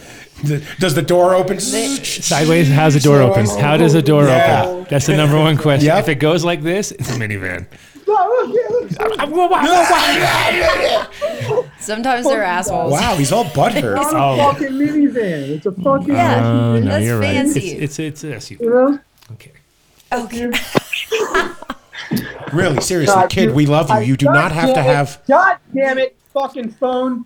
Speaker 5: Does the door open?
Speaker 4: Sideways, how's the door open? How does the door
Speaker 5: Yeah.
Speaker 4: open? That's the number one question.
Speaker 5: Yep.
Speaker 4: If it goes like this, it's a minivan.
Speaker 3: No, look, yeah, look.
Speaker 6: Sometimes they're assholes.
Speaker 5: Wow, he's all butthurt.
Speaker 3: It's not a
Speaker 4: Oh.
Speaker 3: fucking minivan. It's a fucking
Speaker 6: Yeah.
Speaker 4: Oh, no,
Speaker 6: That's
Speaker 4: you're
Speaker 6: fancy.
Speaker 4: right. It's, it's, it's an SUV.
Speaker 3: you know?
Speaker 4: Okay.
Speaker 6: Okay.
Speaker 5: Really, seriously,
Speaker 3: God,
Speaker 5: kid,
Speaker 3: you-
Speaker 5: we love you. You do
Speaker 3: God
Speaker 5: not have to
Speaker 3: damn it.
Speaker 5: have.
Speaker 3: God damn it! Fucking phone.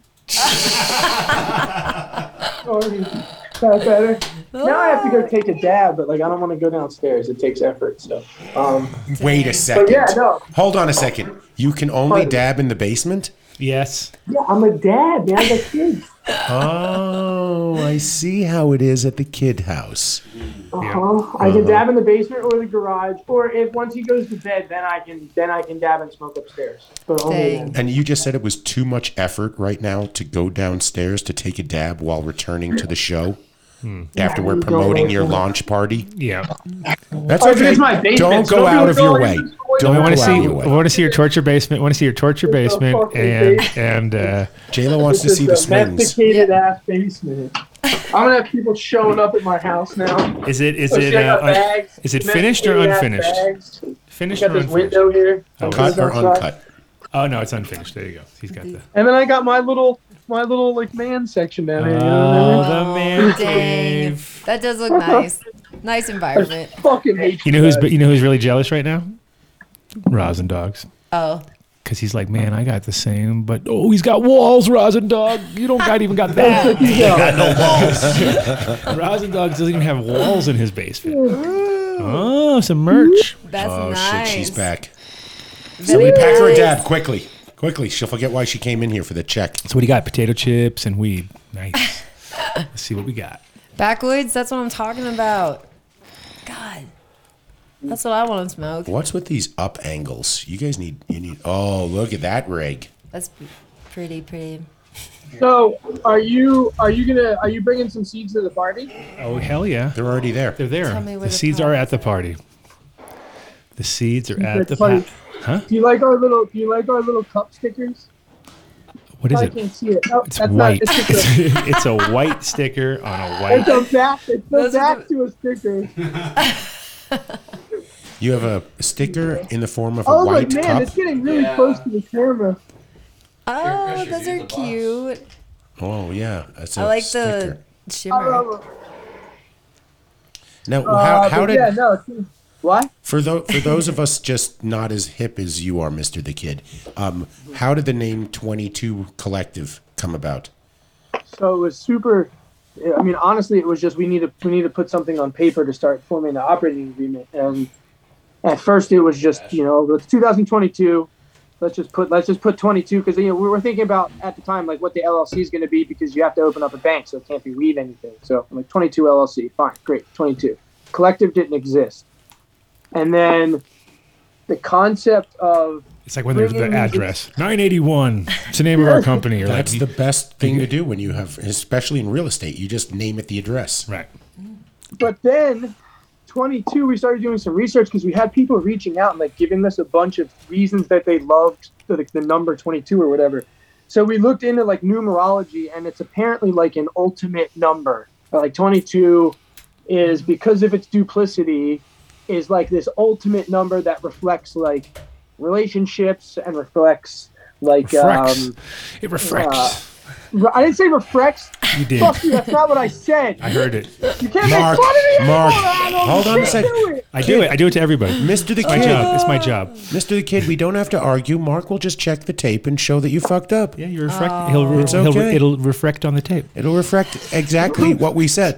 Speaker 3: Sorry. Is that better? Now I have to go take a dab, but like I don't want to go downstairs. It takes effort. So, um,
Speaker 5: Wait a
Speaker 3: but
Speaker 5: second.
Speaker 3: yeah, no,
Speaker 5: Hold on a second. You can only
Speaker 3: Pardon.
Speaker 5: dab in the basement.
Speaker 4: Yes.
Speaker 3: yeah, I'm a dad, man. I got kids.
Speaker 5: Oh, I see how it is at the kid house.
Speaker 3: Uh-huh. I can dab in the basement or the garage, or if once he goes to bed, then I can then I can dab and smoke upstairs. But only
Speaker 6: Dang.
Speaker 3: then.
Speaker 5: And you just said it was too much effort right now to go downstairs to take a dab while returning to the show. After we're
Speaker 3: Hmm. You don't
Speaker 5: promoting
Speaker 3: know.
Speaker 5: your launch party,
Speaker 4: Yeah.
Speaker 5: that's
Speaker 3: Oh,
Speaker 5: okay.
Speaker 3: it's my basement.
Speaker 5: Don't
Speaker 3: Don't
Speaker 5: go
Speaker 3: do
Speaker 5: out
Speaker 3: it
Speaker 5: of your
Speaker 3: going
Speaker 5: way.
Speaker 3: into the
Speaker 5: Don't
Speaker 4: I
Speaker 3: toilet.
Speaker 5: go
Speaker 4: want to
Speaker 5: out
Speaker 4: see.
Speaker 5: of your
Speaker 4: I
Speaker 5: way.
Speaker 4: want to see your torture basement. want to see your torture basement
Speaker 3: fucking
Speaker 4: and
Speaker 3: basement.
Speaker 4: and uh,
Speaker 5: Jayla wants to
Speaker 3: This
Speaker 5: see the swings.
Speaker 3: domesticated ass basement. I'm gonna have people showing up at my house now.
Speaker 4: is it
Speaker 8: Oh,
Speaker 4: is
Speaker 3: So
Speaker 4: it
Speaker 3: she
Speaker 4: uh,
Speaker 3: got
Speaker 4: un-
Speaker 3: bags,
Speaker 4: is it finished or
Speaker 3: domesticated-ass
Speaker 4: unfinished?
Speaker 3: bags.
Speaker 4: Finished
Speaker 3: Got
Speaker 4: or
Speaker 3: this
Speaker 4: unfinished?
Speaker 3: window here.
Speaker 5: Cut or
Speaker 3: Outside.
Speaker 5: uncut?
Speaker 4: Oh no, it's unfinished. There you go. He's got the.
Speaker 3: And then I got my little my little like man section down here. You know what I mean?
Speaker 4: Oh, the man
Speaker 6: Dang.
Speaker 4: cave.
Speaker 6: That does look nice. Nice environment.
Speaker 3: Fucking hate
Speaker 4: Uh, You know who's you know who's really jealous right now? Rosin dogs.
Speaker 6: Oh.
Speaker 4: Because he's like, man, I got the same, but oh, he's got walls, Rosin dog. You don't got even got that.
Speaker 3: you guys.
Speaker 4: Rosin dog doesn't even have walls in his basement. Oh, some merch.
Speaker 6: That's
Speaker 5: Oh
Speaker 6: nice.
Speaker 5: shit, she's back.
Speaker 6: Somebody
Speaker 5: Pack her a dab quickly, quickly. She'll forget why she came in here for the check.
Speaker 4: So what do you got? Potato chips and weed. Nice. Let's see what we got.
Speaker 6: Backwoods, that's what I'm talking about. God. That's what I want to smoke.
Speaker 5: What's with these up angles? You guys need you need. Oh, look at that rig.
Speaker 6: That's p- pretty, pretty.
Speaker 8: So, are you are you gonna are you bringing some seeds to the party?
Speaker 4: Oh hell yeah!
Speaker 5: They're already there.
Speaker 4: They're there.
Speaker 6: Tell me where
Speaker 4: the
Speaker 6: the
Speaker 4: seeds are
Speaker 6: pots
Speaker 4: at the party. The seeds are at the
Speaker 8: funny.
Speaker 4: party. Huh?
Speaker 8: Do you like our little Do you like our little cup stickers?
Speaker 4: What is
Speaker 8: I
Speaker 4: it?
Speaker 8: can't see it. Oh,
Speaker 4: It's
Speaker 8: that's
Speaker 4: white.
Speaker 8: Not, it's, just a,
Speaker 4: it's a white sticker on a
Speaker 8: it's
Speaker 4: white.
Speaker 8: a back. It's the
Speaker 6: Those are
Speaker 8: back
Speaker 6: the-
Speaker 8: to a sticker.
Speaker 5: You have a sticker in the form of a
Speaker 8: Oh my
Speaker 5: white
Speaker 8: man,
Speaker 5: cup.
Speaker 8: it's getting really close to the camera.
Speaker 6: Oh, those are cute.
Speaker 5: Oh yeah, that's a
Speaker 6: I like
Speaker 5: sticker.
Speaker 6: the
Speaker 8: I
Speaker 6: shimmer.
Speaker 8: love it.
Speaker 5: Now,
Speaker 8: Uh,
Speaker 5: how, how
Speaker 8: but
Speaker 5: did
Speaker 8: yeah, no. it's- What?
Speaker 5: for those for those of us just not as hip as you are, Mister the Kid? Um, how did the name Twenty Two Collective come about?
Speaker 3: So it was super. I mean, honestly, it was just we need to we need to put something on paper to start forming the operating agreement. And at first, it was just you know it's 2022. Let's just put let's just put 22 because you know we were thinking about at the time like what the LLC is going to be because you have to open up a bank, so it can't be weed anything. So I'm like 22 LLC, fine, great, 22. Collective didn't exist, and then the concept of
Speaker 4: It's like when there's the
Speaker 3: Bringing these-
Speaker 4: address. 981. It's the name of our company. You're like,
Speaker 5: That's the best thing to do when you have, especially in real estate, you just name it the address.
Speaker 4: right.
Speaker 3: but then 22 we started doing some research because we had people reaching out and like giving us a bunch of reasons that they loved the, the, number 22 or whatever so we looked into like numerology and it's apparently like an ultimate number like 22 is because of its duplicity is like this ultimate number that reflects like relationships and reflects like
Speaker 4: Refracts.
Speaker 3: um
Speaker 4: it refracts.
Speaker 3: re- i didn't say reflects
Speaker 4: you did.
Speaker 3: fuck you that's not what i said
Speaker 4: I heard it.
Speaker 3: you can't
Speaker 5: Mark,
Speaker 3: make fun of me anymore,
Speaker 5: Mark,
Speaker 3: Adam.
Speaker 5: hold on a
Speaker 3: You can't
Speaker 5: second.
Speaker 3: do it.
Speaker 4: I do it. I do it to everybody.
Speaker 5: Mister the
Speaker 4: It's my job.
Speaker 5: Kid,
Speaker 4: It's my job.
Speaker 5: Mister the Kid, we don't have to argue. Mark will just check the tape and show that you fucked up.
Speaker 4: Yeah, you reflect. he'll, re-
Speaker 5: It's
Speaker 4: he'll re-
Speaker 5: okay.
Speaker 4: it'll reflect on the tape.
Speaker 5: It'll reflect exactly what we said.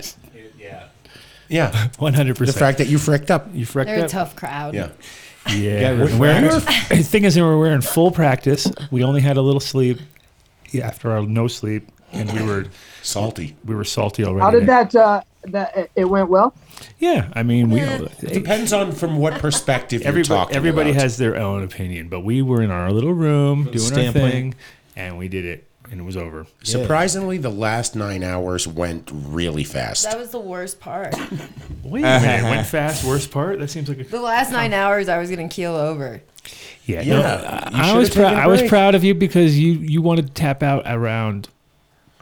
Speaker 5: Yeah. Yeah.
Speaker 4: 100.
Speaker 5: The
Speaker 4: percent
Speaker 5: fact that you fricked up.
Speaker 4: you frecked
Speaker 6: They're a
Speaker 4: up.
Speaker 6: tough crowd.
Speaker 5: Yeah.
Speaker 4: Yeah,
Speaker 7: we're-
Speaker 4: we're, the thing is, we were wearing full practice. We only had a little sleep yeah, after our no sleep, and we were
Speaker 5: Salty.
Speaker 4: we were salty already.
Speaker 3: How did that? Uh, that it went well.
Speaker 4: Yeah, I mean, we hey,
Speaker 5: Depends on from what perspective you're
Speaker 4: everybody
Speaker 5: talking
Speaker 4: everybody
Speaker 5: about.
Speaker 4: has their own opinion, but we were in our little room doing our
Speaker 7: standpoint.
Speaker 4: thing, and we did it, and it was over.
Speaker 5: Surprisingly, the last nine hours went really fast.
Speaker 6: That was the worst part.
Speaker 4: Wait
Speaker 5: Uh-huh.
Speaker 4: a minute, went fast. Worst part? That seems like a
Speaker 6: The last nine hours, I was gonna keel over.
Speaker 4: yeah.
Speaker 5: Yeah,
Speaker 4: no,
Speaker 5: you
Speaker 4: I
Speaker 5: should've
Speaker 4: was
Speaker 5: taken
Speaker 4: proud.
Speaker 5: a
Speaker 4: I was
Speaker 5: break.
Speaker 4: proud of you because you you wanted to tap out around.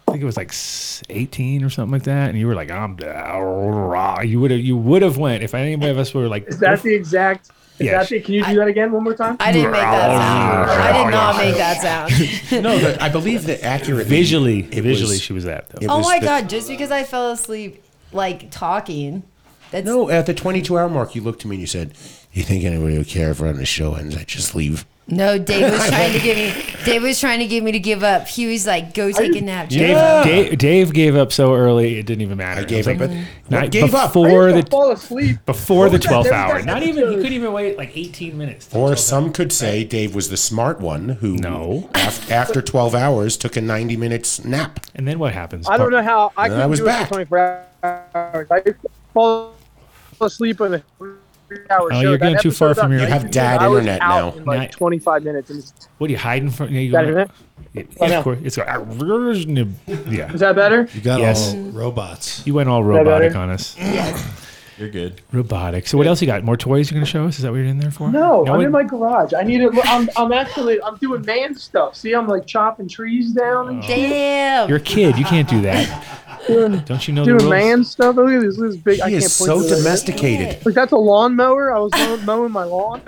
Speaker 4: I think it was like s- 18 or something like that, and you were like, "I'm down." You would have you would have went if any of us were like.
Speaker 3: Is that the exact? Is
Speaker 4: Yes.
Speaker 3: that the, can you do that again one more time?
Speaker 6: I didn't make that sound. I did not make that sound.
Speaker 5: no, but I believe that accurately.
Speaker 4: Visually,
Speaker 5: it
Speaker 4: visually,
Speaker 5: was-
Speaker 4: she was that. Though.
Speaker 5: it
Speaker 6: Oh
Speaker 5: was
Speaker 6: my
Speaker 5: the-
Speaker 6: god! Just because I fell asleep, like talking, that's
Speaker 5: No, at the 22 hour mark, you looked to me and you said, "You think anybody would care if we're on the show and I just leave?"
Speaker 6: No, Dave was trying to give me. Dave was trying to get me to give up. He was like, "Go take a nap." Jack."
Speaker 4: Dave,
Speaker 5: Yeah.
Speaker 4: Dave, Dave gave up so early it didn't even matter.
Speaker 5: I gave up. But
Speaker 4: Not
Speaker 5: what gave up?
Speaker 8: I
Speaker 4: before
Speaker 8: used to
Speaker 4: the
Speaker 8: fall asleep.
Speaker 4: before the
Speaker 8: was that?
Speaker 4: twelfth
Speaker 8: There was
Speaker 4: hour.
Speaker 8: that
Speaker 4: Not even he
Speaker 8: episode.
Speaker 4: couldn't even wait like eighteen minutes.
Speaker 5: Or some could say Dave was the smart one who,
Speaker 4: No.
Speaker 5: af- after 12 hours, took a 90 minutes nap.
Speaker 4: And then what happens?
Speaker 8: I don't know how I
Speaker 5: Then
Speaker 8: can
Speaker 5: I was
Speaker 8: do it
Speaker 5: back.
Speaker 8: for 24 hours. I fall asleep on a three-hour
Speaker 4: Oh,
Speaker 8: show.
Speaker 4: you're
Speaker 8: That
Speaker 4: going too far
Speaker 8: episode's on
Speaker 4: from your- You
Speaker 5: have
Speaker 8: YouTube,
Speaker 5: dad
Speaker 8: I was
Speaker 5: internet
Speaker 8: out
Speaker 5: now.
Speaker 8: In like
Speaker 4: Not-
Speaker 8: 25 minutes. And it's-
Speaker 4: What are you hiding from? You
Speaker 8: Better than
Speaker 4: yeah, of course. It's like, yeah.
Speaker 8: is that better?
Speaker 7: You got
Speaker 4: Yes.
Speaker 7: all robots.
Speaker 4: You went all robotic
Speaker 3: better?
Speaker 4: on us.
Speaker 7: You're good.
Speaker 4: Robotic. So what else you got? More toys you're going to show us? Is that what you're in there for?
Speaker 8: No,
Speaker 4: No
Speaker 8: I'm
Speaker 4: one-
Speaker 8: in my garage. I need it. I'm, I'm actually I'm doing man stuff. See, I'm like chopping trees down and
Speaker 6: Damn.
Speaker 4: You're a kid. You can't do that.
Speaker 8: doing,
Speaker 4: Don't you know the
Speaker 8: doing
Speaker 4: rules?
Speaker 8: man stuff. Look at this. This is big. I
Speaker 5: He
Speaker 8: can't
Speaker 5: is
Speaker 8: point
Speaker 5: so
Speaker 8: to it.
Speaker 5: domesticated.
Speaker 8: Like that's a lawnmower. I was mowing, mowing my lawn.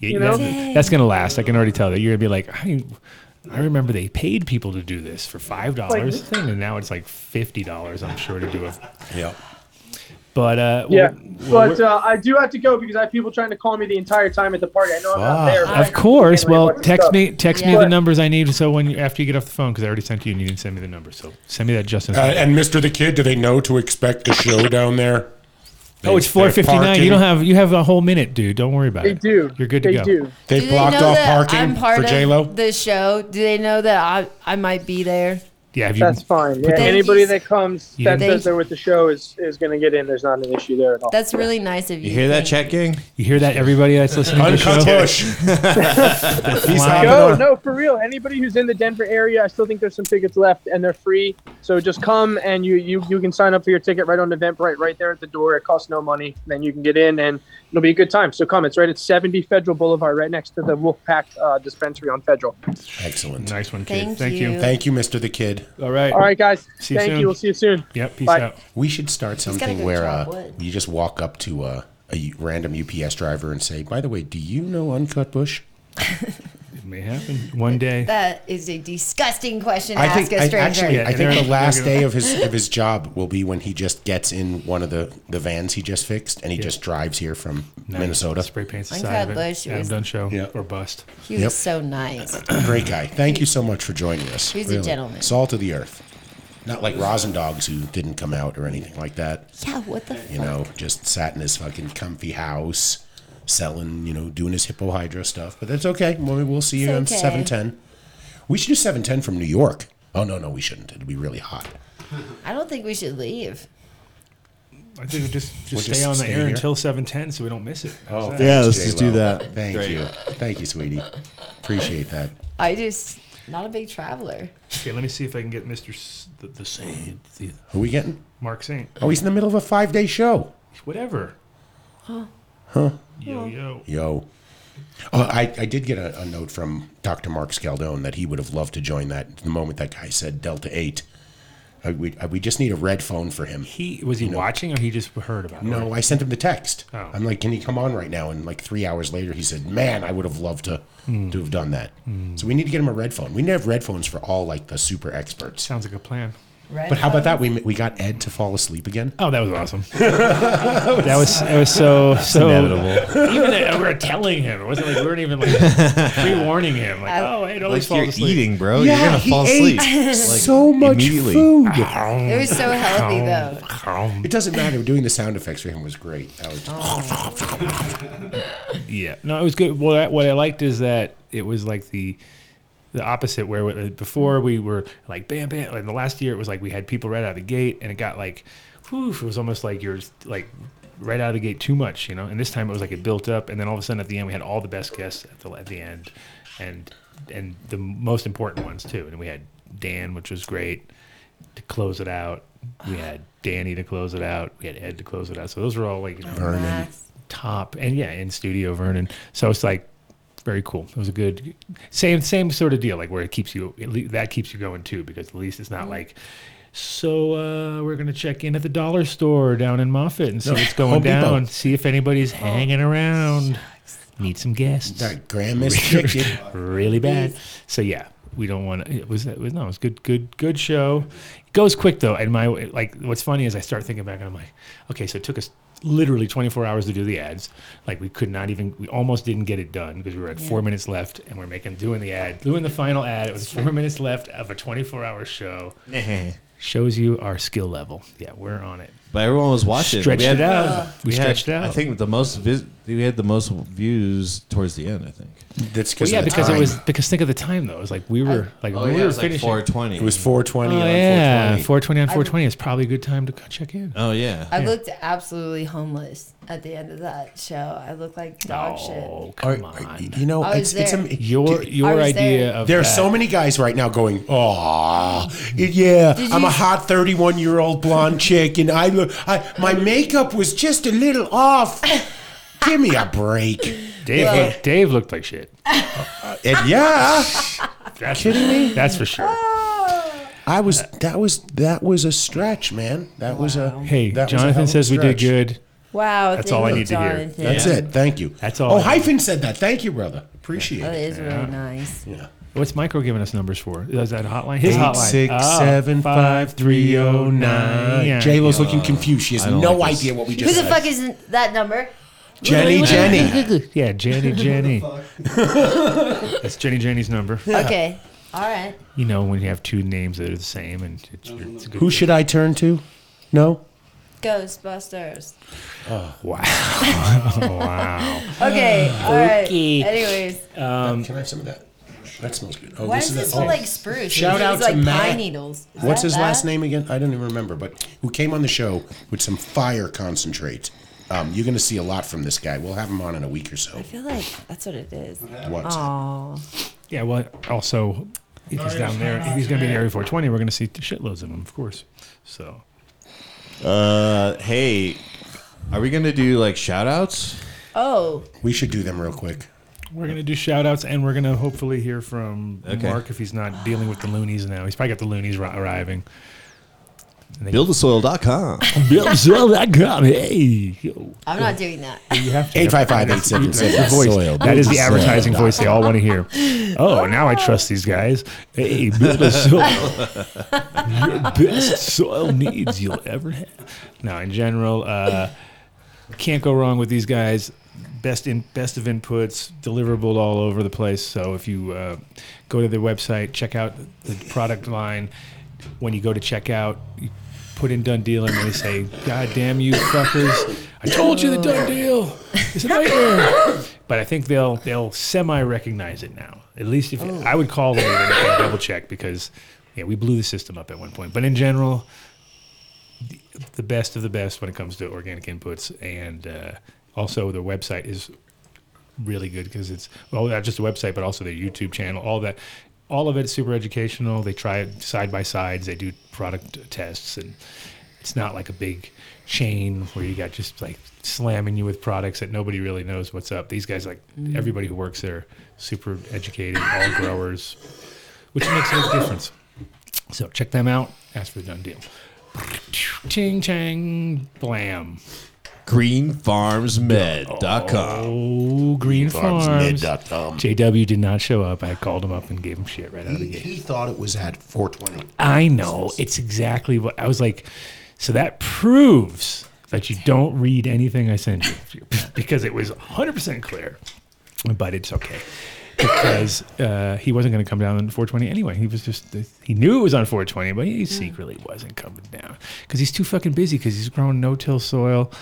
Speaker 4: Yeah,
Speaker 8: you know?
Speaker 4: that- that's going to last. I can already tell that you're going to be like, I, I remember they paid people to do this for five dollars, and now it's like fifty dollars. I'm sure to do it.
Speaker 5: Yeah.
Speaker 4: But uh,
Speaker 8: Yeah,
Speaker 4: well,
Speaker 8: but
Speaker 4: we're-
Speaker 8: uh, I do have to go because I have people trying to call me the entire time at the party. I know I'm not
Speaker 5: Wow.
Speaker 8: there.
Speaker 4: of course. Well, text me text me
Speaker 8: Yeah.
Speaker 4: the numbers I need. So when you, after you get off the phone, because I already sent you, and you didn't send me the number. So send me that, Justin.
Speaker 5: Uh, and Mr. the Kid, do they know to expect the show down
Speaker 4: oh,
Speaker 5: there?
Speaker 4: it's
Speaker 5: They- they're
Speaker 4: four fifty nine. You
Speaker 5: parking-
Speaker 4: don't have you have a whole minute, dude. Don't worry about
Speaker 8: They
Speaker 4: it.
Speaker 8: do.
Speaker 4: You're good to
Speaker 8: they
Speaker 4: go.
Speaker 8: do.
Speaker 5: They
Speaker 6: Do they
Speaker 5: blocked
Speaker 6: know
Speaker 5: off
Speaker 6: that
Speaker 5: parking
Speaker 6: I'm part
Speaker 5: for
Speaker 6: of
Speaker 5: J Lo.
Speaker 6: the show? Do they know that I I might be there?
Speaker 4: Yeah, have you?
Speaker 3: That's fine. Yeah,
Speaker 6: then
Speaker 3: anybody
Speaker 6: he's-
Speaker 3: that comes
Speaker 4: You
Speaker 3: that
Speaker 4: didn't-
Speaker 3: says they're with the show is is going to get in. There's not an issue there at all.
Speaker 6: That's really nice of you.
Speaker 7: You hear that,
Speaker 6: Thank
Speaker 7: chat gang?
Speaker 4: You hear that, everybody that's listening to the show?
Speaker 5: Uncut Bush. He's hopping
Speaker 8: Go,
Speaker 4: uh,
Speaker 5: on.
Speaker 8: no, for real. Anybody who's in the Denver area, I still think there's some tickets left, and they're free. So just come and you you you can sign up for your ticket right on Eventbrite, right there at the door. It costs no money. Then you can get in, and it'll be a good time. So come. It's right at 70 Federal Boulevard, right next to the Wolfpack uh, Dispensary on Federal.
Speaker 5: Excellent.
Speaker 4: Nice one, kid.
Speaker 6: Thank,
Speaker 4: Thank, you.
Speaker 6: you.
Speaker 5: Thank you, Mr. the Kid.
Speaker 4: All right.
Speaker 8: All right, guys.
Speaker 4: See you
Speaker 8: Thank
Speaker 4: soon.
Speaker 8: you. We'll see you soon.
Speaker 4: Yep. Peace
Speaker 8: Bye.
Speaker 4: out.
Speaker 5: We should start
Speaker 6: gotta
Speaker 5: something
Speaker 6: go
Speaker 5: where
Speaker 6: chop
Speaker 5: uh,
Speaker 6: wood.
Speaker 5: you just walk up to uh, a u- random UPS driver and say, "By the way, do you know Uncut Bush?"
Speaker 4: It may happen one day.
Speaker 6: That is a disgusting question to
Speaker 5: I
Speaker 6: ask
Speaker 5: think
Speaker 6: a
Speaker 5: I,
Speaker 6: stranger.
Speaker 5: actually, uh,
Speaker 4: Yeah,
Speaker 5: I think
Speaker 4: they're-
Speaker 5: the last
Speaker 4: they're gonna-
Speaker 5: day of his of his job will be when he just gets in one of the, the vans he just fixed and he just drives here from Minnesota.
Speaker 4: Spray paints the
Speaker 6: Uncut
Speaker 4: side of it.
Speaker 6: Bush
Speaker 4: Adam
Speaker 6: was-
Speaker 4: Dunn show
Speaker 5: Yeah.
Speaker 4: or bust.
Speaker 6: he was
Speaker 5: Yep.
Speaker 6: so nice.
Speaker 5: Great guy. Thank you so much for joining us.
Speaker 6: He's a gentleman.
Speaker 5: Salt of the earth. Not like Rosin Dogs who didn't come out or anything like that.
Speaker 6: yeah, what the fuck?
Speaker 5: You know, just sat in his fucking comfy house, selling, you know, doing his hippo hydra stuff. But that's okay. We'll, we'll see you
Speaker 6: It's
Speaker 5: on
Speaker 6: okay.
Speaker 5: 710. We should do 710 from New York. Oh, no, no, we shouldn't. It'd be really hot.
Speaker 6: I don't think we should leave.
Speaker 4: I think we'll just, just
Speaker 5: We'll
Speaker 4: stay
Speaker 5: just
Speaker 4: on the
Speaker 5: stay
Speaker 4: air
Speaker 5: here. Oh.
Speaker 4: until 710 so we don't miss it. How's that?
Speaker 7: Yeah,
Speaker 5: Thanks,
Speaker 7: let's just do
Speaker 5: J-Lo.
Speaker 7: that.
Speaker 5: Thank
Speaker 7: Great.
Speaker 5: you. Thank you, sweetie. Appreciate that.
Speaker 6: I just not a big traveler.
Speaker 4: Okay, let me see if I can get Mr. S- the, the Saint, the
Speaker 5: Who we getting?
Speaker 4: Mark Saint.
Speaker 5: Oh, he's in the middle of a five day show.
Speaker 4: Whatever. Huh? Yo, yo.
Speaker 5: Yo. Oh, I, I did get a, a note from Dr. Mark Scaldone that he would have loved to join that the moment that guy said Delta 8. I, we, I, we just need a red phone for him.
Speaker 4: He was he watching or he just heard about it?
Speaker 5: No, I sent him the text.
Speaker 4: Oh.
Speaker 5: I'm like, can he come on right now? And like three hours later, he said, man, I would have loved to,
Speaker 4: Hmm.
Speaker 5: to have done that. So we need to get him a red phone. We need to have red phones for all like the super experts.
Speaker 4: Sounds like a plan.
Speaker 6: Right?
Speaker 5: But how about that? We, we got Ed to fall asleep again.
Speaker 4: Oh, that was awesome. that was that was so so
Speaker 7: inevitable.
Speaker 4: Even that we were telling him, it wasn't like we weren't even like pre-warning him. Like, oh, hey, don't
Speaker 7: Like
Speaker 4: fall
Speaker 7: you're
Speaker 4: asleep.
Speaker 7: eating, bro.
Speaker 5: Yeah,
Speaker 7: you're gonna
Speaker 5: he
Speaker 7: fall
Speaker 5: ate
Speaker 7: asleep. Like,
Speaker 5: so much
Speaker 7: immediately.
Speaker 5: food.
Speaker 6: It was so healthy though.
Speaker 5: It doesn't matter. Doing the sound effects for him was great. That was
Speaker 4: Oh. Yeah, no, it was good. Well, that, what I liked is that it was like the the opposite where we- before we were like bam bam. Like the last year, it was like we had people right out of the gate, and it got like, whew, it was almost like you're like right out of the gate too much, you know. And this time it was like it built up, and then all of a sudden at the end we had all the best guests at the at the end, and and the most important ones too. And we had Dan, which was great to close it out. We had Danny to close it out. We had Ed to close it out. So those were all like you know,
Speaker 6: Max.
Speaker 4: top and yeah in studio vernon so it's like very cool it was a good same same sort of deal like where it keeps you at least that keeps you going too because at least it's not like so uh, we're gonna check in at the dollar store down in Moffat and see what's going
Speaker 5: Home Depot.
Speaker 4: down. See if anybody's hanging around. Need some guests.
Speaker 5: that grandma's chicken.
Speaker 4: really bad. So yeah, we don't want to. It was it was no, it was good, good, good show. It goes quick though, and my like what's funny is I start thinking back and I'm like, okay, so it took us literally 24 hours to do the ads. Like we could not even, we almost didn't get it done because we were at four minutes left and we're making doing the ad, doing the final ad. It was four minutes left of a 24 hour show. Shows you our skill level. Yeah, we're on it.
Speaker 7: But everyone was watching.
Speaker 4: Stretched
Speaker 7: we had,
Speaker 4: it out. We,
Speaker 7: We had,
Speaker 4: stretched it out.
Speaker 7: I think the most vis- we had the most views towards the end. I think.
Speaker 5: That's
Speaker 4: Well,
Speaker 5: because
Speaker 4: yeah,
Speaker 5: of the
Speaker 4: because
Speaker 5: time.
Speaker 4: it was because think of the time though. It was like we were like
Speaker 7: Oh,
Speaker 4: we were finishing.
Speaker 7: four twenty.
Speaker 5: it was 420
Speaker 4: Oh
Speaker 5: on
Speaker 4: yeah,
Speaker 5: 420.
Speaker 4: four twenty on four twenty is probably a good time to go check in.
Speaker 7: Oh yeah.
Speaker 6: I looked absolutely homeless at the end of that show. I looked like dog
Speaker 4: Oh
Speaker 5: Are-
Speaker 4: come
Speaker 5: are-
Speaker 4: on!
Speaker 5: you know,
Speaker 6: I
Speaker 5: it's,
Speaker 6: was
Speaker 5: it's
Speaker 6: Oh, there.
Speaker 5: am-
Speaker 4: Your your
Speaker 6: was
Speaker 4: idea
Speaker 6: there.
Speaker 4: of
Speaker 5: there are
Speaker 4: that-
Speaker 5: so many guys right now going, "Oh,
Speaker 4: Mm-hmm.
Speaker 5: yeah, I'm a
Speaker 6: you-
Speaker 5: hot 31 year old blonde chick, and I look, I, my makeup was just a little off. Give me a break."
Speaker 4: Dave.
Speaker 6: Well-
Speaker 4: Dave looked like shit.
Speaker 5: And yeah,
Speaker 4: That's kidding me? Ah. That's for sure.
Speaker 6: shit.
Speaker 5: I was. That was that was a stretch, man. That was a.
Speaker 4: Hey,
Speaker 5: that was a hell
Speaker 4: Jonathan
Speaker 5: of a
Speaker 4: says we did
Speaker 5: stretch.
Speaker 4: good.
Speaker 6: Wow.
Speaker 4: That's
Speaker 6: thank
Speaker 4: all I
Speaker 6: you,
Speaker 4: need to hear.
Speaker 6: Jonathan.
Speaker 5: That's it. Thank you.
Speaker 4: That's all
Speaker 5: Oh,
Speaker 4: I-
Speaker 5: hyphen said that. Thank you, brother. Appreciate
Speaker 6: That
Speaker 5: it.
Speaker 6: is really nice.
Speaker 5: Yeah.
Speaker 4: What's Micro giving us numbers for? Is that a hotline? His
Speaker 5: Eight
Speaker 4: hotline. Ah,
Speaker 5: six seven Oh, five three oh nine. J Lo's looking confused. She has
Speaker 7: I don't
Speaker 5: no
Speaker 7: like this.
Speaker 5: idea what we just
Speaker 6: Who the
Speaker 5: said.
Speaker 6: fuck is that number?
Speaker 5: Jenny, Jenny.
Speaker 4: Yeah, Jenny, Jenny. That's Jenny, Jenny's number.
Speaker 6: Okay. All right.
Speaker 4: You know when you have two names that are the same, and it's, it's a good.
Speaker 5: Who should I turn to? No.
Speaker 6: Ghostbusters.
Speaker 5: Oh,
Speaker 4: Wow. wow.
Speaker 6: Okay. All right. Anyways,
Speaker 5: Um, Can I have some of that? That's not good. Oh,
Speaker 6: Why does
Speaker 5: is
Speaker 6: this
Speaker 5: a-
Speaker 6: feel
Speaker 5: oh.
Speaker 6: like spruce?
Speaker 5: Shout
Speaker 6: It's
Speaker 5: out
Speaker 6: like
Speaker 5: to Matt.
Speaker 6: pine needles. Is
Speaker 5: What's
Speaker 6: that
Speaker 5: his last
Speaker 6: bad?
Speaker 5: name again? I don't even remember, but who came on the show with some fire concentrate. Um, you're going to see a lot from this guy. We'll have him on in a week or so.
Speaker 6: I feel like that's what it is.
Speaker 5: What's
Speaker 6: Oh,
Speaker 4: Yeah, well, also, if he's down there, if he's going to be in Area 420, we're going to see shitloads of him, of course. So,
Speaker 7: Uh, hey, are we gonna do like shout outs?
Speaker 6: oh,
Speaker 5: We should do them real quick.
Speaker 4: we're going to do shout outs and we're going to hopefully hear from
Speaker 7: Okay.
Speaker 4: Mark if he's not dealing with the loonies now. He's probably got the loonies ri- arriving.
Speaker 7: Buildasoil.com.
Speaker 4: BillsWell.com. Hey. Yo.
Speaker 6: I'm not doing that.
Speaker 4: You have to.
Speaker 5: 855-877-7
Speaker 4: voice.
Speaker 5: soil.
Speaker 4: That is the advertising voice they all want to hear. Oh, now I trust these guys. Hey, build a soil. Your best soil needs you'll ever have. No, in general, uh, can't go wrong with these guys. Best in best of inputs, deliverable all over the place. So if you uh, go to their website, check out the product line. When you go to check out, you put in done deal, and they say, "God damn you fuckers! I told you the done deal is a nightmare." but I think they'll they'll semi recognize it now. At least if I would call them and double check because yeah, we blew the system up at one point. But in general, the best of the best when it comes to organic inputs, and uh, also their website is really good because it's well not just the website but also their YouTube channel, all that, all of it's super educational. They try it side by sides, they do product tests, and it's not like a big chain where you got just like slamming you with products that nobody really knows what's up. These guys like everybody who works there, super educated, all growers, which makes a big difference. So check them out. Ask for the done deal. Ching chang blam.
Speaker 7: Greenfarmsmed.com.
Speaker 4: Oh, Green Farms.
Speaker 5: Farmsmed.com.
Speaker 4: JW did not show up. I called him up and gave him shit right out of the
Speaker 5: He,
Speaker 4: gate.
Speaker 5: he thought it was at 420.
Speaker 4: I know. It's exactly what I was like. So that proves that you don't read anything I send you because it was 100% clear, but it's okay. Because uh, he wasn't going to come down on 420 anyway. He was just, he knew it was on 420, but he secretly wasn't coming down because he's too fucking busy because he's growing no till soil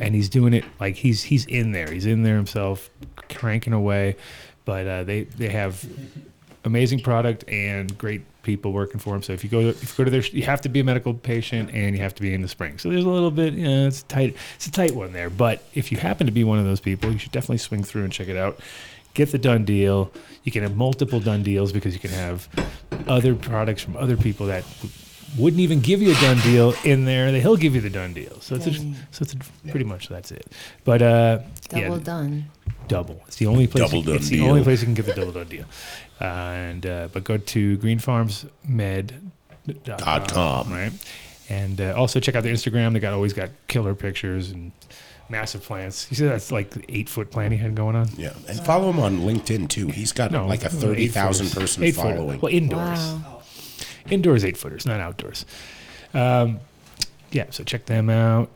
Speaker 4: and he's doing it like he's he's in there. He's in there himself, cranking away. But uh, they, they have amazing product and great people working for them. So if you go to, if you go to their, you have to be a medical patient and you have to be in the spring. So there's a little bit, you know, it's tight, it's a tight one there. But if you happen to be one of those people, you should definitely swing through and check it out. Get the done deal. You can have multiple done deals because you can have other products from other people that wouldn't even give you a done deal in there. That he'll give you the done deal. So it's a, so it's a, pretty much that's it. But uh, yeah,
Speaker 6: Double done.
Speaker 4: double. It's the only place.
Speaker 5: Double
Speaker 4: you, it's
Speaker 5: done
Speaker 4: the only
Speaker 5: deal.
Speaker 4: place you can get the double done deal. Uh, and uh, but go to greenfarmsmed.com,
Speaker 5: com.
Speaker 4: right? And uh, also check out their Instagram. They got always got killer pictures and massive plants. You see that's like the eight foot plant he had going on.
Speaker 5: Yeah. And follow him on LinkedIn, too. He's got like a
Speaker 4: eight
Speaker 5: 30,000
Speaker 4: footers.
Speaker 5: person
Speaker 4: Eight footer.
Speaker 5: following.
Speaker 4: Well, indoors,
Speaker 6: Wow.
Speaker 4: indoors eight footers, not outdoors. Um, yeah, so check them out.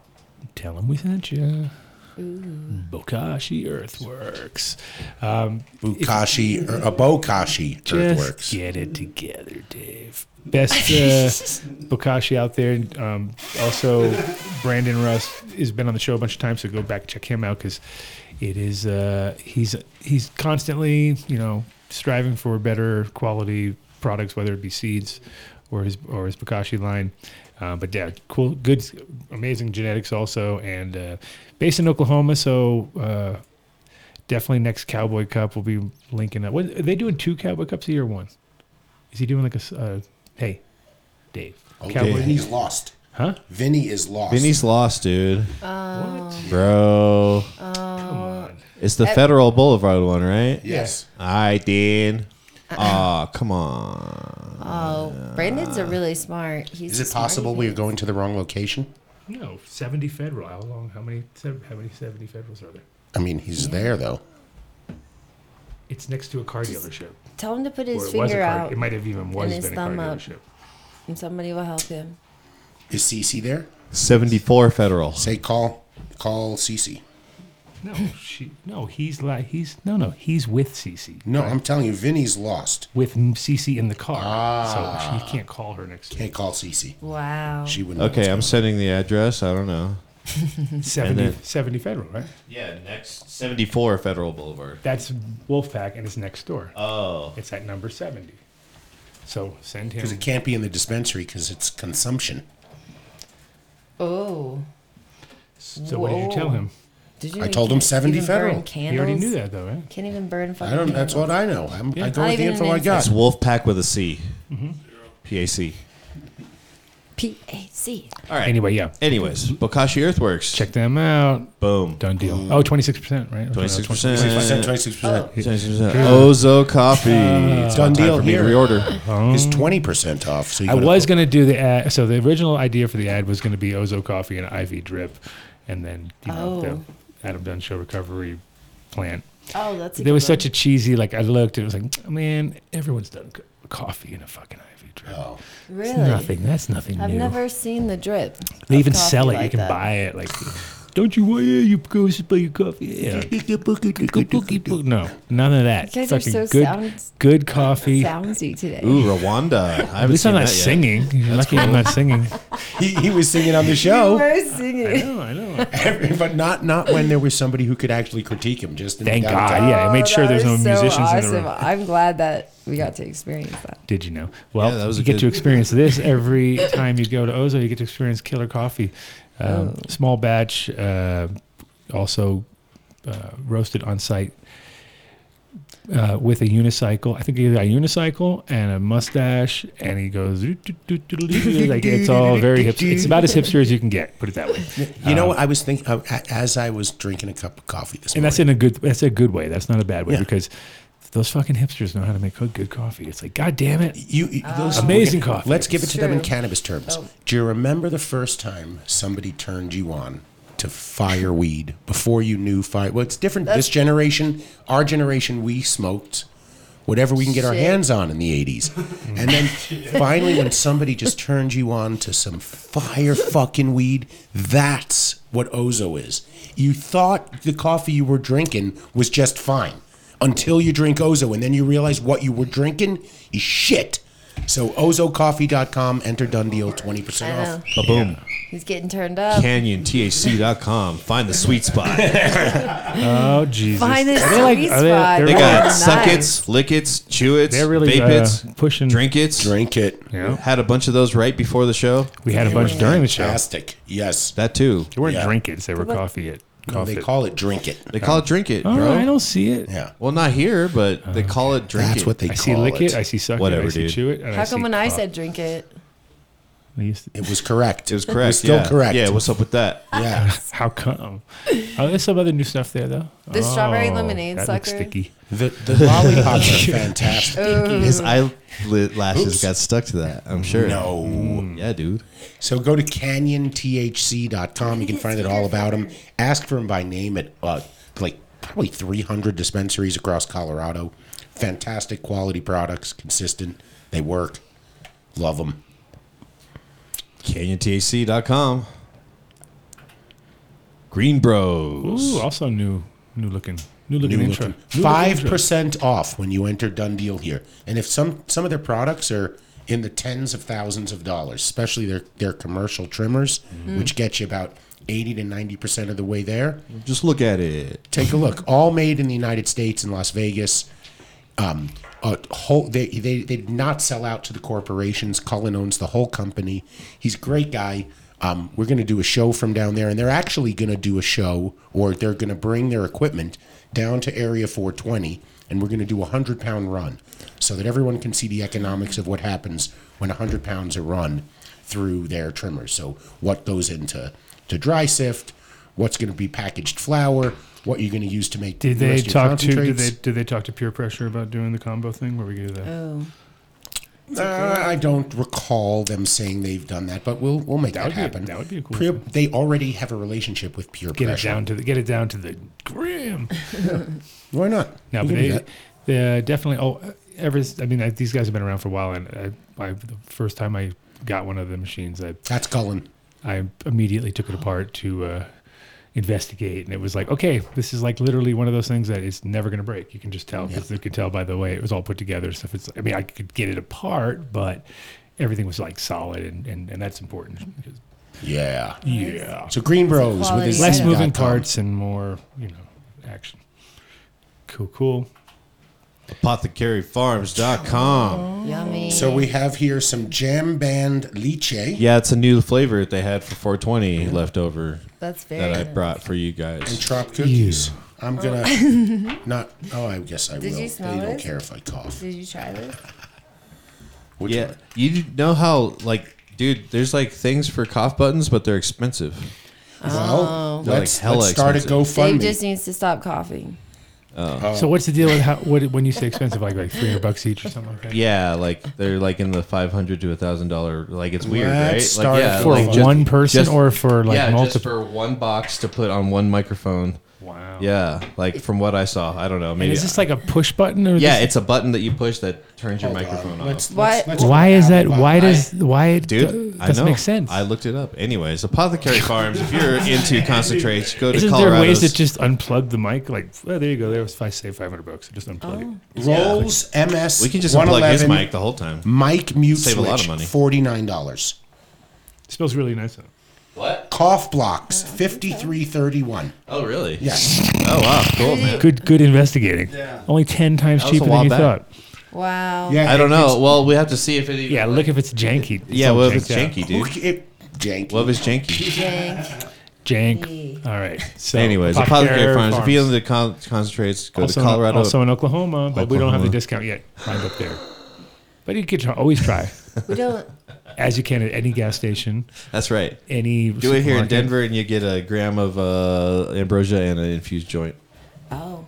Speaker 4: Tell them we sent you. Bokashi Earthworks. Um,
Speaker 5: Bukashi, or a Bokashi
Speaker 4: Just
Speaker 5: Earthworks.
Speaker 4: Get it together, Dave. Best uh, Bokashi out there. Um, also, Brandon Rust has been on the show a bunch of times, so go back and check him out because it is uh, he's he's constantly you know striving for better quality products, whether it be seeds or his or his Bokashi line. Uh, but yeah, cool, good, amazing genetics also, and uh, based in Oklahoma, so. Uh, definitely next Cowboy Cup we'll be linking up. What, are they doing two Cowboy Cups a year? or One? Is he doing like a s- uh, hey, Dave?
Speaker 5: Oh,
Speaker 4: Cowboy,
Speaker 5: Vinny's lost.
Speaker 4: huh?
Speaker 5: Vinny is lost.
Speaker 7: Vinny's lost, dude.
Speaker 6: Uh,
Speaker 4: what?
Speaker 7: Bro.
Speaker 4: Come on.
Speaker 7: It's the Federal Boulevard one, right?
Speaker 5: Yes.
Speaker 7: All right, then. Aw, come on.
Speaker 6: Oh, Brandon's a really smart. He's
Speaker 5: Is
Speaker 6: a
Speaker 5: it
Speaker 6: smart
Speaker 5: possible we are
Speaker 6: dude.
Speaker 5: going to the wrong location?
Speaker 4: No, seventy federal. How long? How many? How many seventy federals are there?
Speaker 5: I mean, he's there, though.
Speaker 4: It's next to a car dealership.
Speaker 6: Tell him to put
Speaker 4: Or
Speaker 6: his
Speaker 4: it was a
Speaker 6: finger
Speaker 4: car.
Speaker 6: out,
Speaker 4: It might have even was
Speaker 6: his
Speaker 4: been a car
Speaker 6: thumb up.
Speaker 4: dealership.
Speaker 6: and somebody will help him.
Speaker 5: Is Cece there?
Speaker 7: 74 Federal.
Speaker 5: Say call, call Cece.
Speaker 4: No, she. No, he's like he's no, no. He's with CC.
Speaker 5: No, I'm telling you, Vinny's lost.
Speaker 4: With CC in the car, so she can't call her next.
Speaker 5: Can't call Cece.
Speaker 6: Wow.
Speaker 5: She wouldn't. know
Speaker 7: Okay, um,
Speaker 5: what's
Speaker 7: I'm
Speaker 5: going
Speaker 7: sending the address. I don't know.
Speaker 4: 70,
Speaker 7: then-
Speaker 4: 70 Federal, right?
Speaker 7: Yeah, next 74 Federal Boulevard.
Speaker 4: That's Wolfpack, and it's next door.
Speaker 7: Oh.
Speaker 4: It's at number 70. So send him.
Speaker 5: Because it can't be in the dispensary because it's consumption.
Speaker 6: Oh,
Speaker 4: So what did you tell him?
Speaker 6: did you?
Speaker 5: I
Speaker 6: even-
Speaker 5: told him 70
Speaker 6: even
Speaker 5: federal.
Speaker 6: Burn candles?
Speaker 4: He already knew that, though, right?
Speaker 6: Can't even burn fucking.
Speaker 5: I don't. That's what I know. I'm, I go
Speaker 6: Not
Speaker 5: with the
Speaker 6: even
Speaker 5: info
Speaker 6: an
Speaker 5: I
Speaker 6: info.
Speaker 5: got.
Speaker 7: It's Wolfpack with a C.
Speaker 4: Mm-hmm.
Speaker 7: PAC.
Speaker 6: P A C.
Speaker 7: All right.
Speaker 4: Anyway, yeah.
Speaker 7: Anyways, Bokashi Earthworks.
Speaker 4: Check them out.
Speaker 7: Boom.
Speaker 4: Done deal.
Speaker 5: Mm.
Speaker 4: Oh, 26%, right?
Speaker 7: 26%.
Speaker 5: 26
Speaker 7: Oh.
Speaker 5: percent.
Speaker 7: 26%. Ozo Coffee.
Speaker 5: Done
Speaker 7: it's about time
Speaker 5: deal
Speaker 7: for me
Speaker 5: here.
Speaker 7: to reorder.
Speaker 5: Is 20 percent off. So you
Speaker 4: Mm. I
Speaker 5: gotta
Speaker 4: was
Speaker 5: go-
Speaker 4: going to do the ad. So the original idea for the ad was going to be Ozo Coffee and IV Drip, and then you know,
Speaker 6: Oh.
Speaker 4: the Adam Dunn Show recovery plan.
Speaker 6: Oh, that's. A
Speaker 4: There was such a cheesy, like, I looked and it was like, man, everyone's done co- coffee in a fucking IV drip.
Speaker 5: Oh.
Speaker 6: really.
Speaker 4: It's nothing. That's nothing
Speaker 6: I've
Speaker 4: new.
Speaker 6: never seen the drip.
Speaker 4: they
Speaker 6: of
Speaker 4: even
Speaker 6: coffee
Speaker 4: sell it. you
Speaker 6: like
Speaker 4: can
Speaker 6: that.
Speaker 4: buy it. Like, don't you want yeah, You go buy your coffee. Yeah. no, none of that.
Speaker 6: You guys are
Speaker 4: Fucking
Speaker 6: so
Speaker 4: good,
Speaker 6: sounds-
Speaker 4: good coffee.
Speaker 6: Soundsy today.
Speaker 7: Ooh, Rwanda. I
Speaker 4: At
Speaker 7: haven't
Speaker 4: least
Speaker 7: seen
Speaker 4: I'm not
Speaker 7: that yet.
Speaker 4: singing. You're lucky I'm not singing.
Speaker 5: He, he was singing on the
Speaker 6: You
Speaker 5: show,
Speaker 6: were singing.
Speaker 4: No, I know.
Speaker 5: but not not when there was somebody who could actually critique him. Just in the
Speaker 4: Thank
Speaker 5: downtown.
Speaker 4: God. yeah, I made sure
Speaker 6: Oh, that
Speaker 4: there's no
Speaker 6: is
Speaker 4: musicians in the room.
Speaker 6: I'm glad that we got to experience that.
Speaker 4: Did you know? Well,
Speaker 7: that was
Speaker 4: you
Speaker 7: a
Speaker 4: get to
Speaker 7: good-
Speaker 4: experience this every time you go to Ozo. You get to experience killer coffee, um,
Speaker 7: Oh.
Speaker 4: small batch, uh, also uh, roasted on site uh, with a unicycle. I think he got a unicycle and a mustache, and he goes "Doo, doo, doo, doo, doo, doo," like it's all very hipster. It's about as hipster as you can get. Put it that way.
Speaker 5: You know what I was thinking uh, a- as I was drinking a cup of coffee this
Speaker 4: Um, And
Speaker 5: morning.
Speaker 4: that's in a good. That's a good way. That's not a bad way
Speaker 5: Yeah.
Speaker 4: because those fucking hipsters know how to make good coffee. It's like, god damn it.
Speaker 5: You, you- those
Speaker 4: Amazing coffee.
Speaker 5: Let's give it to them in
Speaker 6: Oh. True.
Speaker 5: cannabis terms.
Speaker 6: Oh.
Speaker 5: Do you remember the first time somebody turned you on to fireweed before you knew fire? Well, it's different. this generation, our generation, we smoked whatever we can get our
Speaker 6: Shit.
Speaker 5: hands on in the 80s. and then finally, when somebody just turns you on to some fire fucking weed, that's what Ozo is. You thought the coffee you were drinking was just fine until you drink Ozo, and then you realize what you were drinking is shit. So ozocoffee.com, enter done deal, 20%
Speaker 6: I
Speaker 5: off.
Speaker 6: know.
Speaker 7: Ba-boom.
Speaker 6: He's getting turned up.
Speaker 7: CanyonTAC.com. Find the sweet spot.
Speaker 4: Oh Jesus!
Speaker 6: Find this
Speaker 4: Are they like-
Speaker 6: sweet
Speaker 4: are they-
Speaker 6: spot.
Speaker 4: they're
Speaker 7: They
Speaker 4: like-
Speaker 7: got
Speaker 6: Nice.
Speaker 7: suckets, lickets, chewits,
Speaker 4: They're really,
Speaker 7: vapits,
Speaker 4: uh, pushing-
Speaker 7: drinkits.
Speaker 5: Drink it.
Speaker 4: Yeah.
Speaker 7: Had a bunch of those right before the show.
Speaker 4: We had a bunch during the show.
Speaker 5: Fantastic. Yes.
Speaker 7: That too.
Speaker 4: They weren't
Speaker 5: Yeah.
Speaker 4: drink it; they were coffee it.
Speaker 5: No,
Speaker 4: Coffee.
Speaker 5: they call it drink it.
Speaker 7: They call it drink it,
Speaker 4: Oh,
Speaker 7: bro.
Speaker 4: I don't Oh, see it.
Speaker 5: Yeah.
Speaker 7: Well, not here, but they call it drink
Speaker 5: That's
Speaker 7: it.
Speaker 5: what they
Speaker 4: I
Speaker 5: call
Speaker 4: see lick it.
Speaker 5: it.
Speaker 4: I see suck it. I
Speaker 7: Whatever,
Speaker 4: see
Speaker 7: dude.
Speaker 4: chew it. and
Speaker 6: How
Speaker 4: see
Speaker 6: come when I
Speaker 4: cough.
Speaker 6: said drink it,
Speaker 4: I used to-
Speaker 5: It was correct.
Speaker 7: It was correct.
Speaker 5: still
Speaker 7: yeah.
Speaker 5: correct.
Speaker 7: Yeah. What's up with that?
Speaker 5: Yeah.
Speaker 4: how come? Oh, there's some other new stuff there though.
Speaker 6: The strawberry
Speaker 4: Oh,
Speaker 6: lemonade
Speaker 4: that looks
Speaker 6: sucker.
Speaker 4: sticky.
Speaker 5: The, the lollipops are fantastic.
Speaker 7: His eyelashes
Speaker 5: Oops.
Speaker 7: got stuck to that. I'm sure. Mm,
Speaker 5: No.
Speaker 7: Yeah, dude.
Speaker 5: So go to canyonthc.com. You can find out all about them. Ask for them by name at uh, like probably 300 dispensaries across Colorado. Fantastic quality products, consistent. They work. Love them.
Speaker 7: CanyonTAC.com. Green Bros.
Speaker 4: Ooh, also new, new looking, new looking
Speaker 5: New
Speaker 4: intro.
Speaker 5: looking.
Speaker 4: New looking
Speaker 5: Five
Speaker 4: intro.
Speaker 5: percent off when you enter Done Deal here, and if some some of their products are in the tens of thousands of dollars, especially their their commercial trimmers, which get you about eighty to ninety percent of the way there.
Speaker 7: Just look at it.
Speaker 5: Take a look. All made in the United States in Las Vegas. Um, a whole they, they they did not sell out to the corporations. Cullen owns the whole company. He's a great guy. Um, we're going to do a show from down there, and they're actually going to do a show, or they're going to bring their equipment down to Area 420, and we're going to do a hundred pound run, so that everyone can see the economics of what happens when hundred pounds are run through their trimmers. So what goes into to dry sift, what's going to be packaged flour, what you're going to use to make
Speaker 4: Did
Speaker 5: the
Speaker 4: they
Speaker 5: rest of your
Speaker 4: talk to? Did
Speaker 5: concentrates.
Speaker 4: they did they talk to peer pressure about doing the combo thing where we do that?
Speaker 6: oh,
Speaker 5: Uh, I don't recall them saying they've done that, but we'll we'll make
Speaker 4: That
Speaker 5: that,
Speaker 4: would be a-
Speaker 5: happen.
Speaker 4: that would be a cool
Speaker 5: Pure-
Speaker 4: thing.
Speaker 5: They already have a relationship with Pure
Speaker 4: get
Speaker 5: Pressure.
Speaker 4: it down to the get it down to the gram.
Speaker 5: Why not?
Speaker 4: No, but
Speaker 5: We can do
Speaker 4: they,
Speaker 5: that.
Speaker 4: they definitely. Oh, ever. I mean, I, these guys have been around for a while, and I, I, the first time I got one of the machines, I,
Speaker 5: that's Cullen.
Speaker 4: I immediately took it apart to uh, investigate, and it was like, okay, this is like literally one of those things that it's never going to break. You can just tell because you can tell by the way it was all put together. and Stuff. It's. I mean, I could get it apart, but everything was like solid, and and, and that's important because
Speaker 5: Yeah.
Speaker 4: Yeah.
Speaker 5: So Green Bros with
Speaker 6: quality
Speaker 5: his
Speaker 4: Less
Speaker 6: Yeah.
Speaker 4: moving
Speaker 5: com.
Speaker 4: parts and more, you know, action. Cool, cool.
Speaker 7: apothecaryfarms.com.
Speaker 6: Yummy.
Speaker 5: So we have here some jam band liche
Speaker 7: Yeah, it's a new flavor that they had for 420 left over
Speaker 6: That's very
Speaker 7: that I
Speaker 6: good.
Speaker 7: brought for you
Speaker 5: and
Speaker 7: guys.
Speaker 5: trop cookies. I'm gonna not. Oh, I guess I
Speaker 6: Did
Speaker 5: will.
Speaker 6: you smell
Speaker 5: they don't
Speaker 6: this?
Speaker 5: care if I cough.
Speaker 6: Did you try this?
Speaker 5: Which
Speaker 7: Yeah,
Speaker 5: one?
Speaker 7: you know how like, dude, there's like things for cough buttons, but they're expensive.
Speaker 5: Well,
Speaker 7: They're, like,
Speaker 5: let's,
Speaker 7: hella
Speaker 5: let's start a
Speaker 7: expensive.
Speaker 6: Dave
Speaker 5: GoFundMe.
Speaker 6: Oh. just needs to stop coughing.
Speaker 4: So
Speaker 7: Oh.
Speaker 4: what's the deal with how what when you say expensive like like three hundred bucks each or something like that?
Speaker 7: Yeah, like they're like in the 500 to a thousand dollar. Like it's weird,
Speaker 5: Let's
Speaker 7: right?
Speaker 5: start
Speaker 7: Like yeah,
Speaker 4: for
Speaker 7: like
Speaker 5: just-
Speaker 4: one person
Speaker 7: just-
Speaker 4: or for like
Speaker 7: yeah, just
Speaker 4: multiple.
Speaker 7: for one box to put on one microphone.
Speaker 4: wow.
Speaker 7: Yeah, like from what I saw, I don't know.
Speaker 4: And
Speaker 7: Maybe
Speaker 4: is this like a push button or
Speaker 7: yeah,
Speaker 4: this-
Speaker 7: it's a button that you push that turns your
Speaker 5: Hold on.
Speaker 7: microphone off.
Speaker 5: Let's,
Speaker 6: Why-
Speaker 5: let's, let's
Speaker 4: why is that? Why
Speaker 5: Wow.
Speaker 4: does why it
Speaker 7: Dude,
Speaker 4: do-
Speaker 7: I
Speaker 4: doesn't
Speaker 7: know.
Speaker 4: make sense?
Speaker 7: I looked it up. Anyways, Apothecary Farms. If you're into concentrates, go to
Speaker 4: Isn't
Speaker 7: Colorado.
Speaker 4: there ways to just unplug the mic? Like, oh, there you go. There was I saved five hundred bucks. I just unplug
Speaker 5: Oh.
Speaker 4: it.
Speaker 5: Rolls MS.
Speaker 7: we can just unplug
Speaker 5: 111,
Speaker 7: his mic the whole time.
Speaker 5: Mic mute
Speaker 7: Save a
Speaker 5: switch.
Speaker 7: lot of money.
Speaker 5: Forty nine dollars.
Speaker 4: it. Smells really nice. Though.
Speaker 7: What?
Speaker 5: Cough
Speaker 6: Oh,
Speaker 5: blocks. Fifty three thirty one.
Speaker 7: Oh, really?
Speaker 5: Yes.
Speaker 7: Oh, wow. Cool, man.
Speaker 4: Good, good investigating. Only ten times
Speaker 7: That was a
Speaker 4: cheaper
Speaker 7: while
Speaker 4: than you
Speaker 7: back.
Speaker 4: thought.
Speaker 6: Wow.
Speaker 5: Yeah.
Speaker 7: I don't
Speaker 5: it-
Speaker 7: know. Well, we have to see if it. Even,
Speaker 4: Yeah, look if it's janky.
Speaker 7: Yeah,
Speaker 4: all
Speaker 7: what if it's
Speaker 4: janked out.
Speaker 7: janky,
Speaker 5: Who
Speaker 7: dude?
Speaker 5: c- It, janky.
Speaker 7: What if it's janky?
Speaker 6: Jank.
Speaker 4: Jank. All right. So
Speaker 7: Anyways, Apothecary Farms. If you're into con- concentrates, go
Speaker 4: also,
Speaker 7: to Colorado.
Speaker 4: In, also in Oklahoma, but we don't have the
Speaker 7: Oklahoma.
Speaker 4: discount yet. Find up there. But you could try, always try,
Speaker 6: We don't.
Speaker 4: as you can at any gas station,
Speaker 7: That's right.
Speaker 4: any.
Speaker 7: Do it here in
Speaker 4: supermarket.
Speaker 7: Denver, and you get a gram of uh, ambrosia and an infused joint.
Speaker 6: Oh.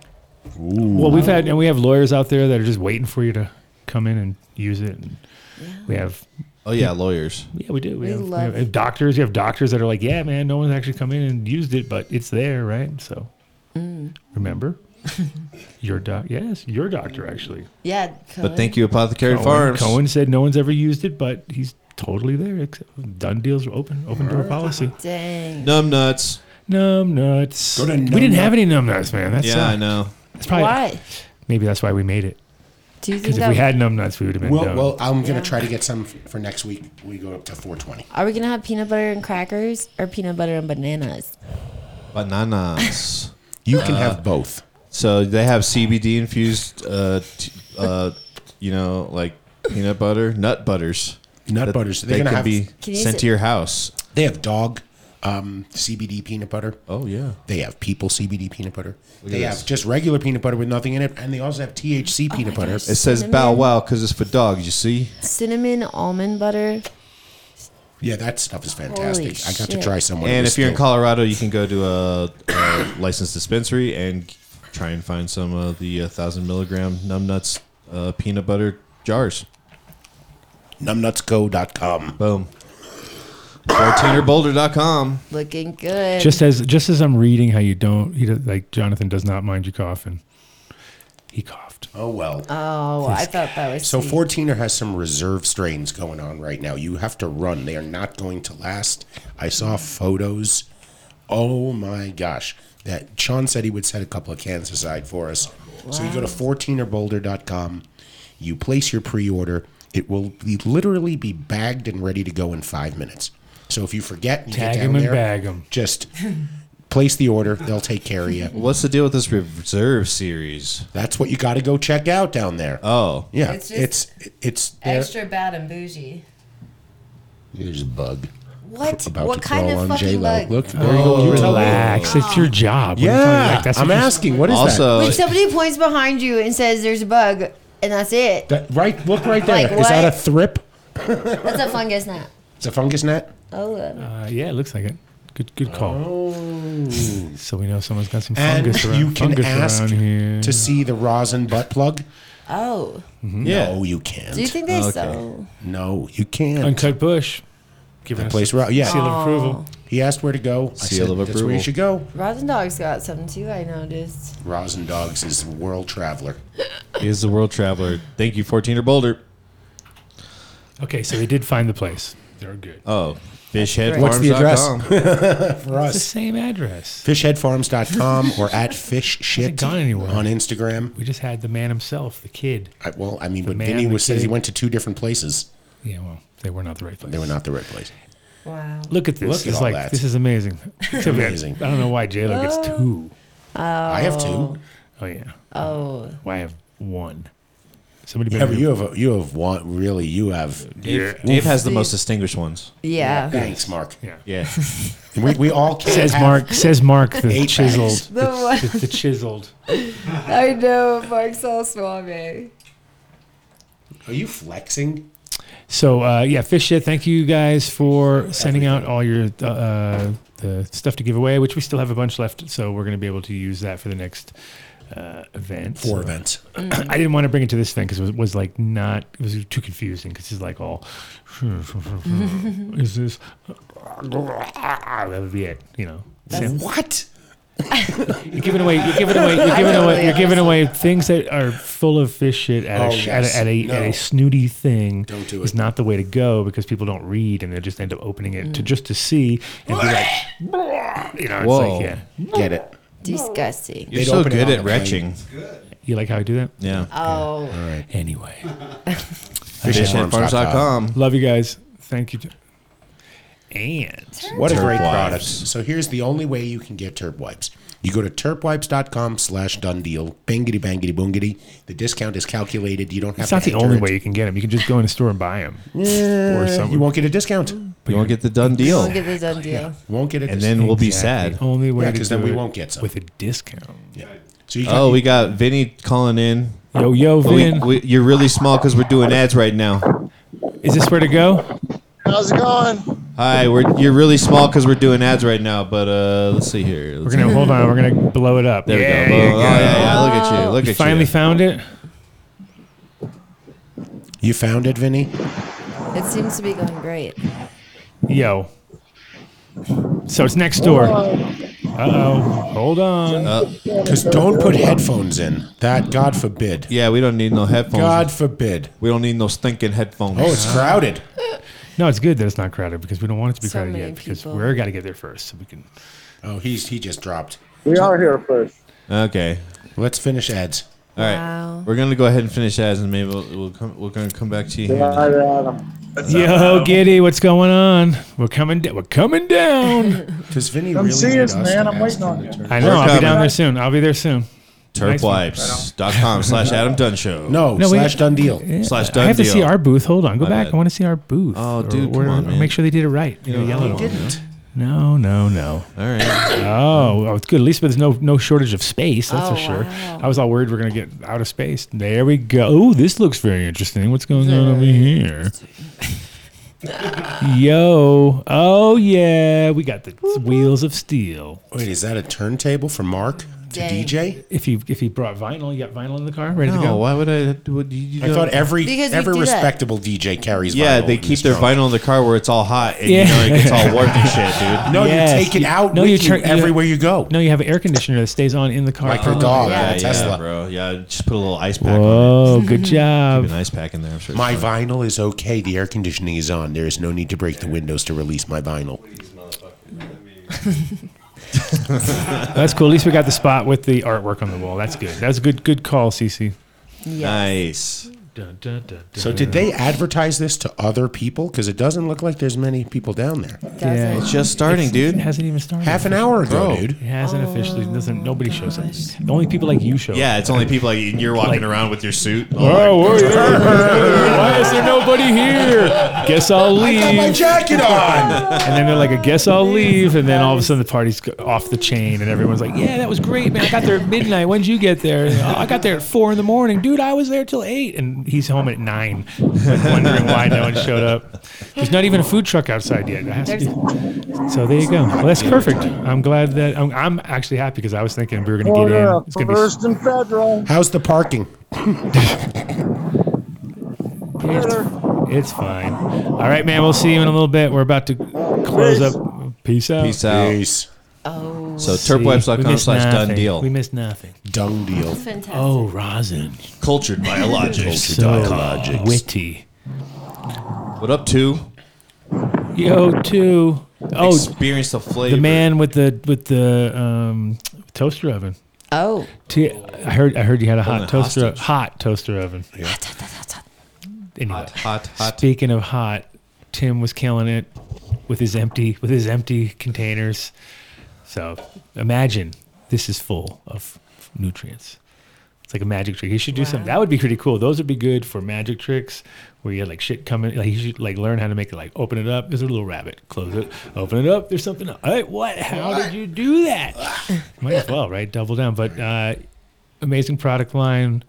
Speaker 4: Well, we've had and we have lawyers out there that are just waiting for you to come in and use it. And we have
Speaker 7: Oh
Speaker 5: Hmm.
Speaker 7: yeah, lawyers.
Speaker 4: Yeah, we do. We,
Speaker 6: We
Speaker 4: have, we
Speaker 6: love-
Speaker 4: have doctors. You have doctors that are like, yeah, man, no one's actually come in and used it, but it's there, right? So
Speaker 6: Mm.
Speaker 4: remember, your doc, yes, your doctor actually.
Speaker 6: Yeah.
Speaker 7: But thank you, Apothecary
Speaker 4: Cohen,
Speaker 7: Farms.
Speaker 4: Cohen said no one's ever used it, but he's totally there. Except done deals are open, open door policy.
Speaker 6: Dang.
Speaker 7: Numb nuts.
Speaker 4: Numb nuts.
Speaker 5: Go to
Speaker 4: we
Speaker 5: numb
Speaker 4: didn't
Speaker 5: nut-
Speaker 4: have any numb nuts, man. That's
Speaker 7: Yeah, I know.
Speaker 4: That's probably
Speaker 6: Why?
Speaker 4: maybe that's why we made it.
Speaker 6: Do you think
Speaker 4: Because
Speaker 6: that?
Speaker 4: if we had numb nuts, we would have been
Speaker 5: Well,
Speaker 4: done.
Speaker 5: well, I'm gonna
Speaker 6: Yeah.
Speaker 5: try to get some f- for next week. We go up to 420.
Speaker 6: are we gonna have peanut butter and crackers or peanut butter and bananas?
Speaker 7: Bananas.
Speaker 5: You can have both.
Speaker 7: so they have CBD infused, uh, t- uh, you know, like peanut butter, nut butters.
Speaker 5: Nut
Speaker 7: That
Speaker 5: butters. They're
Speaker 7: They
Speaker 5: gonna
Speaker 7: can
Speaker 5: have.
Speaker 7: be
Speaker 6: Can you
Speaker 7: sent
Speaker 6: sit-
Speaker 7: to your house.
Speaker 5: They have dog um, CBD peanut butter.
Speaker 7: Oh yeah.
Speaker 5: They have people CBD peanut butter.
Speaker 7: Look at
Speaker 5: they
Speaker 7: this.
Speaker 5: have just regular peanut butter with nothing in it, and they also have THC peanut butter.
Speaker 6: Oh gosh.
Speaker 7: It says
Speaker 6: Cinnamon.
Speaker 7: bow wow because it's for dogs. You see.
Speaker 6: Cinnamon almond butter.
Speaker 5: Yeah, that stuff is
Speaker 6: Holy
Speaker 5: fantastic. I got to
Speaker 6: shit.
Speaker 5: try some. when it
Speaker 7: and
Speaker 5: was
Speaker 7: if you're in
Speaker 5: still-
Speaker 7: Colorado, you can go to a, a licensed dispensary and try and find some of the uh, thousand milligram numb nuts uh, peanut butter jars.
Speaker 5: numbnutsco.com.
Speaker 7: Boom. 14erboulder.com.
Speaker 6: Looking good.
Speaker 4: just as just as I'm reading how you don't, he does, like Jonathan does not mind you coughing. He coughed.
Speaker 5: Oh well.
Speaker 6: oh, I thought that was
Speaker 5: so
Speaker 6: sweet.
Speaker 5: 14er has some reserve strains going on right now. You have to run. They are not going to last. I saw photos. Oh my gosh. That Sean said he would set a couple of cans aside for us. So you go to 14erboulder.com. You place your pre-order. It will be literally be bagged and ready to go in 5 minutes. So if you forget, you
Speaker 4: Tag
Speaker 5: get down
Speaker 4: him and
Speaker 5: there,
Speaker 4: bag him.
Speaker 5: Just place the order. They'll take care of you.
Speaker 7: What's the deal with this reserve series?
Speaker 5: That's what you got to go check out down there.
Speaker 7: Oh,
Speaker 5: yeah,
Speaker 6: It's
Speaker 5: it's
Speaker 6: just
Speaker 5: it's it's there.
Speaker 6: extra bad and bougie.
Speaker 5: There's a bug
Speaker 6: What?
Speaker 5: about
Speaker 6: what
Speaker 5: to
Speaker 6: kind
Speaker 5: crawl
Speaker 6: of
Speaker 5: on
Speaker 6: fucking
Speaker 5: J Lo.
Speaker 6: luck?
Speaker 5: Look, there you go. You tell me.
Speaker 4: Relax. It's your job. What are you talking about?
Speaker 5: Oh. Yeah,
Speaker 4: Like, that's
Speaker 5: I'm
Speaker 4: what you're-
Speaker 5: asking. What is
Speaker 7: also,
Speaker 6: When somebody points behind you and says there's a bug, and that's it.
Speaker 5: that? that? Right, look right there. Is
Speaker 6: Like what?
Speaker 5: that a thrip?
Speaker 6: That's a fungus gnat.
Speaker 5: It's a fungus net.
Speaker 6: Oh, uh,
Speaker 4: Uh, yeah, it looks like it. Good, good call.
Speaker 5: Oh.
Speaker 4: So we know someone's got some
Speaker 5: And
Speaker 4: fungus around.
Speaker 5: you can
Speaker 4: fungus
Speaker 5: ask
Speaker 4: around here.
Speaker 5: To see the rosin butt plug?
Speaker 6: oh.
Speaker 7: yeah.
Speaker 5: No, you
Speaker 6: Do you
Speaker 5: can't.
Speaker 6: think they
Speaker 7: Okay.
Speaker 6: sell?
Speaker 5: No, you can't.
Speaker 4: uncut bush. Giving us
Speaker 5: Place ro-
Speaker 4: seal
Speaker 5: yeah.
Speaker 6: Oh,
Speaker 4: of approval.
Speaker 5: He asked where to go. I
Speaker 7: Seal
Speaker 5: said,
Speaker 7: of
Speaker 5: That's where you
Speaker 7: approval.
Speaker 5: should go.
Speaker 6: Rotten Dog's got something too. I noticed.
Speaker 5: Rosin Dogs is a world traveler.
Speaker 7: He is the world traveler. Thank you, 14er Boulder.
Speaker 4: Oh. Okay, so they did find the place. They're good.
Speaker 7: Oh, fishhead
Speaker 5: What's the address?
Speaker 7: farms.com.
Speaker 5: For
Speaker 4: It's the
Speaker 5: us,
Speaker 4: same address.
Speaker 5: fishheadfarms.com or at fish
Speaker 4: Hasn't
Speaker 5: shit
Speaker 4: gone anywhere.
Speaker 5: on Instagram.
Speaker 4: We just had the man himself, the kid.
Speaker 5: I, well, I mean, but
Speaker 4: man,
Speaker 5: Vinny
Speaker 4: the
Speaker 5: was says he
Speaker 4: kid.
Speaker 5: went to two different places.
Speaker 4: Yeah, well, they were not the right place.
Speaker 5: They were not the right place.
Speaker 6: Wow.
Speaker 4: Look at this.
Speaker 5: Look at
Speaker 4: it's
Speaker 5: all
Speaker 4: like
Speaker 5: that.
Speaker 4: this is amazing. Except that-
Speaker 5: Amazing.
Speaker 4: I don't know why J Lo gets
Speaker 6: Uh.
Speaker 4: two.
Speaker 5: I have two.
Speaker 4: Oh yeah.
Speaker 6: Oh,
Speaker 4: Why I have one. Somebody
Speaker 5: Yeah,
Speaker 4: better
Speaker 5: but you have a, you have one. Really, you have.
Speaker 4: Yeah.
Speaker 7: Dave has the most distinguished ones.
Speaker 6: yeah.
Speaker 5: Thanks, Mark.
Speaker 4: Yeah.
Speaker 7: Yeah.
Speaker 5: We, we all can't
Speaker 4: Says
Speaker 5: have-
Speaker 4: Mark. Says Mark. The
Speaker 5: Eight
Speaker 4: chiseled.
Speaker 6: The one
Speaker 4: The chiseled.
Speaker 6: I know, Mark Salswami.
Speaker 5: Are you flexing?
Speaker 4: So uh, yeah, fish shit. Thank you guys for sending out all your uh, uh, the stuff to give away, which we still have a bunch left. So we're going to be able to use that for the next uh, event.
Speaker 5: Four events.
Speaker 4: I didn't want to bring it to this thing because it was, was like not. It was too confusing because he's like all. is this? That would be it. You know. Sam,
Speaker 5: What?
Speaker 4: you're giving away. You're giving away. You're giving away. You're giving away things that are full of fish shit at,
Speaker 5: Oh,
Speaker 4: a, sh at,
Speaker 5: yes.
Speaker 4: a, at, a, at
Speaker 5: No.
Speaker 4: a snooty thing.
Speaker 5: Don't do
Speaker 4: Is
Speaker 5: it.
Speaker 4: not the way to go because people don't read and they just end up opening it to just to see and be like, you know, it's
Speaker 7: Whoa.
Speaker 4: like yeah.
Speaker 5: Get it.
Speaker 6: Disgusting.
Speaker 7: You're
Speaker 5: They'd
Speaker 7: so
Speaker 5: open it
Speaker 7: good
Speaker 5: on
Speaker 7: at
Speaker 5: the plane.
Speaker 7: retching.
Speaker 4: You like how I do that?
Speaker 7: Yeah.
Speaker 6: Oh,
Speaker 4: Anyway,
Speaker 7: Fishheadfarms.com.
Speaker 4: love you guys. Thank you. And
Speaker 5: What a
Speaker 7: Turp
Speaker 5: great
Speaker 7: wipes.
Speaker 5: product. So here's the only way you can get Turp Wipes. You go to turpwipes.com slash done deal. Bingity bangity boongity. The discount is calculated. You don't have
Speaker 4: it's not
Speaker 5: to
Speaker 4: the
Speaker 5: enter
Speaker 4: only
Speaker 5: it.
Speaker 4: way you can get them. You can just go in a store and buy them. or
Speaker 5: You
Speaker 4: something.
Speaker 5: won't get a discount. You
Speaker 7: You won't get the done deal.
Speaker 6: don't get the done deal.
Speaker 5: won't get a
Speaker 7: And
Speaker 5: discount.
Speaker 7: then we'll be
Speaker 4: Exactly.
Speaker 7: sad.
Speaker 4: Only way
Speaker 5: Yeah,
Speaker 4: to
Speaker 5: 'cause then
Speaker 4: do
Speaker 5: we
Speaker 4: it
Speaker 5: won't get some.
Speaker 4: with a discount.
Speaker 5: Yeah. So you
Speaker 7: Oh,
Speaker 5: got-
Speaker 7: we got Vinny calling in.
Speaker 4: Yo, yo,
Speaker 7: We,
Speaker 4: Vin,
Speaker 7: we, you're really small because we're doing ads right now.
Speaker 4: is this where to go?
Speaker 9: How's it going?
Speaker 7: Hi, we're you're really small because we're doing ads right now. But uh, let's see here.
Speaker 4: We're
Speaker 7: Let's-
Speaker 4: gonna hold on. We're gonna blow it up.
Speaker 7: there
Speaker 4: Yeah,
Speaker 7: we go.
Speaker 4: you
Speaker 7: Oh,
Speaker 4: got
Speaker 7: yeah,
Speaker 4: it.
Speaker 7: yeah, Look at you. Look
Speaker 4: You
Speaker 7: at
Speaker 4: finally
Speaker 7: you.
Speaker 4: found it.
Speaker 5: you found it, Vinny?
Speaker 6: It seems to be going great.
Speaker 4: Yo. So it's next door. Uh oh. Hold on.
Speaker 5: Because don't put headphones in. That, God forbid.
Speaker 7: yeah, we don't need no headphones.
Speaker 5: God forbid.
Speaker 7: We don't need no stinking headphones.
Speaker 5: Oh, it's crowded.
Speaker 4: no, it's good that it's not crowded because we don't want it to be
Speaker 6: So
Speaker 4: crowded
Speaker 6: many
Speaker 4: yet because
Speaker 6: people.
Speaker 4: we're gotta get there first so we can.
Speaker 5: Oh, he's he just dropped.
Speaker 8: We are here first.
Speaker 7: okay.
Speaker 5: Let's finish ads.
Speaker 7: All right.
Speaker 6: Wow.
Speaker 7: We're gonna go ahead and finish ads, and maybe we'll, we'll come, we're gonna come back to you. Here.
Speaker 8: Hi, Adam.
Speaker 4: Yo, Giddy, what's going on? We're coming. Da- we're coming down.
Speaker 5: Because Vinny
Speaker 9: Come
Speaker 5: really
Speaker 9: see
Speaker 5: need
Speaker 9: us,
Speaker 5: us
Speaker 9: man.
Speaker 5: to
Speaker 9: I'm
Speaker 5: ask
Speaker 9: waiting
Speaker 5: him
Speaker 9: on
Speaker 5: to
Speaker 9: you.
Speaker 5: turn-
Speaker 4: I know.
Speaker 7: We're
Speaker 4: I'll be
Speaker 7: coming.
Speaker 4: down there soon. I'll be there soon. Nice one.
Speaker 7: Turfwipes.com slash Adam Dunn Show.
Speaker 5: No,
Speaker 4: No, we-
Speaker 5: slash done deal.
Speaker 7: Slash Dunn
Speaker 4: I have to see
Speaker 7: Deal.
Speaker 4: our booth. Hold on. Go
Speaker 7: My
Speaker 4: back.
Speaker 7: bad.
Speaker 4: I want to see our booth.
Speaker 7: Oh,
Speaker 4: Or
Speaker 7: dude, come
Speaker 4: where-
Speaker 7: on, man.
Speaker 4: Make sure they did it right. You know, yell at them. No, no, no.
Speaker 7: All right.
Speaker 4: Oh, oh, it's good. At least there's no no shortage of space. That's
Speaker 6: Oh,
Speaker 4: for sure.
Speaker 6: wow.
Speaker 4: I was all worried we're gonna get out of space. There we go. Oh, this looks very interesting. What's going on over here? Yo. Oh yeah, we got the wheels of steel.
Speaker 5: Wait, is that a turntable for Mark to
Speaker 6: Dang.
Speaker 5: DJ?
Speaker 4: If you if you brought vinyl, you got vinyl in the car ready to
Speaker 7: No,
Speaker 4: go.
Speaker 7: why would I? Would you, you
Speaker 5: I thought every
Speaker 6: Because we
Speaker 5: every
Speaker 6: do that.
Speaker 5: respectable DJ carries.
Speaker 7: Yeah,
Speaker 5: vinyl
Speaker 7: they
Speaker 5: in
Speaker 7: keep
Speaker 5: this
Speaker 7: their
Speaker 5: trunk.
Speaker 7: vinyl in the car where it's all hot and
Speaker 4: Yeah.
Speaker 7: you know it gets all warped and shit, dude.
Speaker 5: No,
Speaker 4: Yes.
Speaker 5: you take it out
Speaker 4: No,
Speaker 5: with
Speaker 4: you
Speaker 5: you,
Speaker 4: turn- you-
Speaker 5: everywhere you go,
Speaker 4: No, you have an air conditioner that stays on in the car.
Speaker 5: like
Speaker 4: for
Speaker 5: your dog
Speaker 6: yeah.
Speaker 5: on
Speaker 7: Yeah,
Speaker 5: a
Speaker 7: Tesla.
Speaker 5: Tesla.
Speaker 7: bro. Yeah, just put a little ice pack. On
Speaker 4: Whoa, Oh, good
Speaker 7: it.
Speaker 4: job.
Speaker 7: An ice pack in there. I'm sure. it's
Speaker 5: My
Speaker 7: fine.
Speaker 5: vinyl is okay. The air conditioning is on. There is no need to break the windows to release my vinyl.
Speaker 4: That's cool. At least we got the spot with the artwork on the wall. That's good. That's a good good call, Cece.
Speaker 6: Yeah.
Speaker 7: nice.
Speaker 4: Dun, dun, dun, dun.
Speaker 5: So, did they advertise this to other people? Because it doesn't look like there's many people down there.
Speaker 4: Yeah,
Speaker 6: doesn't.
Speaker 7: It's just starting,
Speaker 4: It
Speaker 7: dude.
Speaker 4: hasn't even started.
Speaker 5: Half an hour ago,
Speaker 7: Bro.
Speaker 5: dude.
Speaker 4: It hasn't officially. Doesn't nobody shows up. The only people like you show. up.
Speaker 7: Yeah, it's only people like and you're walking
Speaker 4: Like-
Speaker 7: around with your suit.
Speaker 4: Oh, why is there nobody here? Guess I'll leave.
Speaker 5: jacket on.
Speaker 4: And then they're like, I guess I'll leave. And then all of a sudden the party's go- off the chain, and everyone's like, Yeah, that was great, man. I got there at midnight. When'd you get there? "Oh, I got there at four in the morning, dude. I was there till eight, and he's home at nine, like wondering why no one showed up. There's not even a food truck outside yet. It has to be- So there you go. Well, that's perfect. I'm glad that I'm, I'm actually happy because I was thinking we were
Speaker 8: Oh,
Speaker 4: gonna get in. It's gonna be
Speaker 9: First and federal.
Speaker 5: How's the parking?
Speaker 4: It's fine. All right, man. We'll see you in a little bit. We're about to close up. Peace out.
Speaker 7: Peace out.
Speaker 5: Peace.
Speaker 6: Oh,
Speaker 7: So
Speaker 4: See, we
Speaker 7: turpwipes.com
Speaker 4: missed
Speaker 7: slash done
Speaker 4: nothing.
Speaker 7: deal.
Speaker 4: We missed nothing.
Speaker 5: Dung deal.
Speaker 6: fantastic.
Speaker 4: Oh, rosin.
Speaker 7: Cultured biologics.
Speaker 4: So witty.
Speaker 7: what up, two?
Speaker 4: Yo, too. Oh,
Speaker 7: Experience the flavor.
Speaker 4: the man with the with the um, toaster oven.
Speaker 6: Oh,
Speaker 4: T- I heard. I heard you had a hot
Speaker 7: Holding
Speaker 4: toaster.
Speaker 7: hostage.
Speaker 4: Hot toaster oven. Anyway,
Speaker 7: Hot, hot, hot.
Speaker 4: speaking of hot, Tim was killing it with his empty with his empty containers. So imagine this is full of nutrients. It's like a magic trick. He should do something. That would be pretty cool. Those would be good for magic tricks where you had like shit coming. Like you should like learn how to make it like open it up. There's a little rabbit. Close it. Open it up. There's something. All right. What? How did you do that? Might as well, right? Double down. But uh, amazing product line.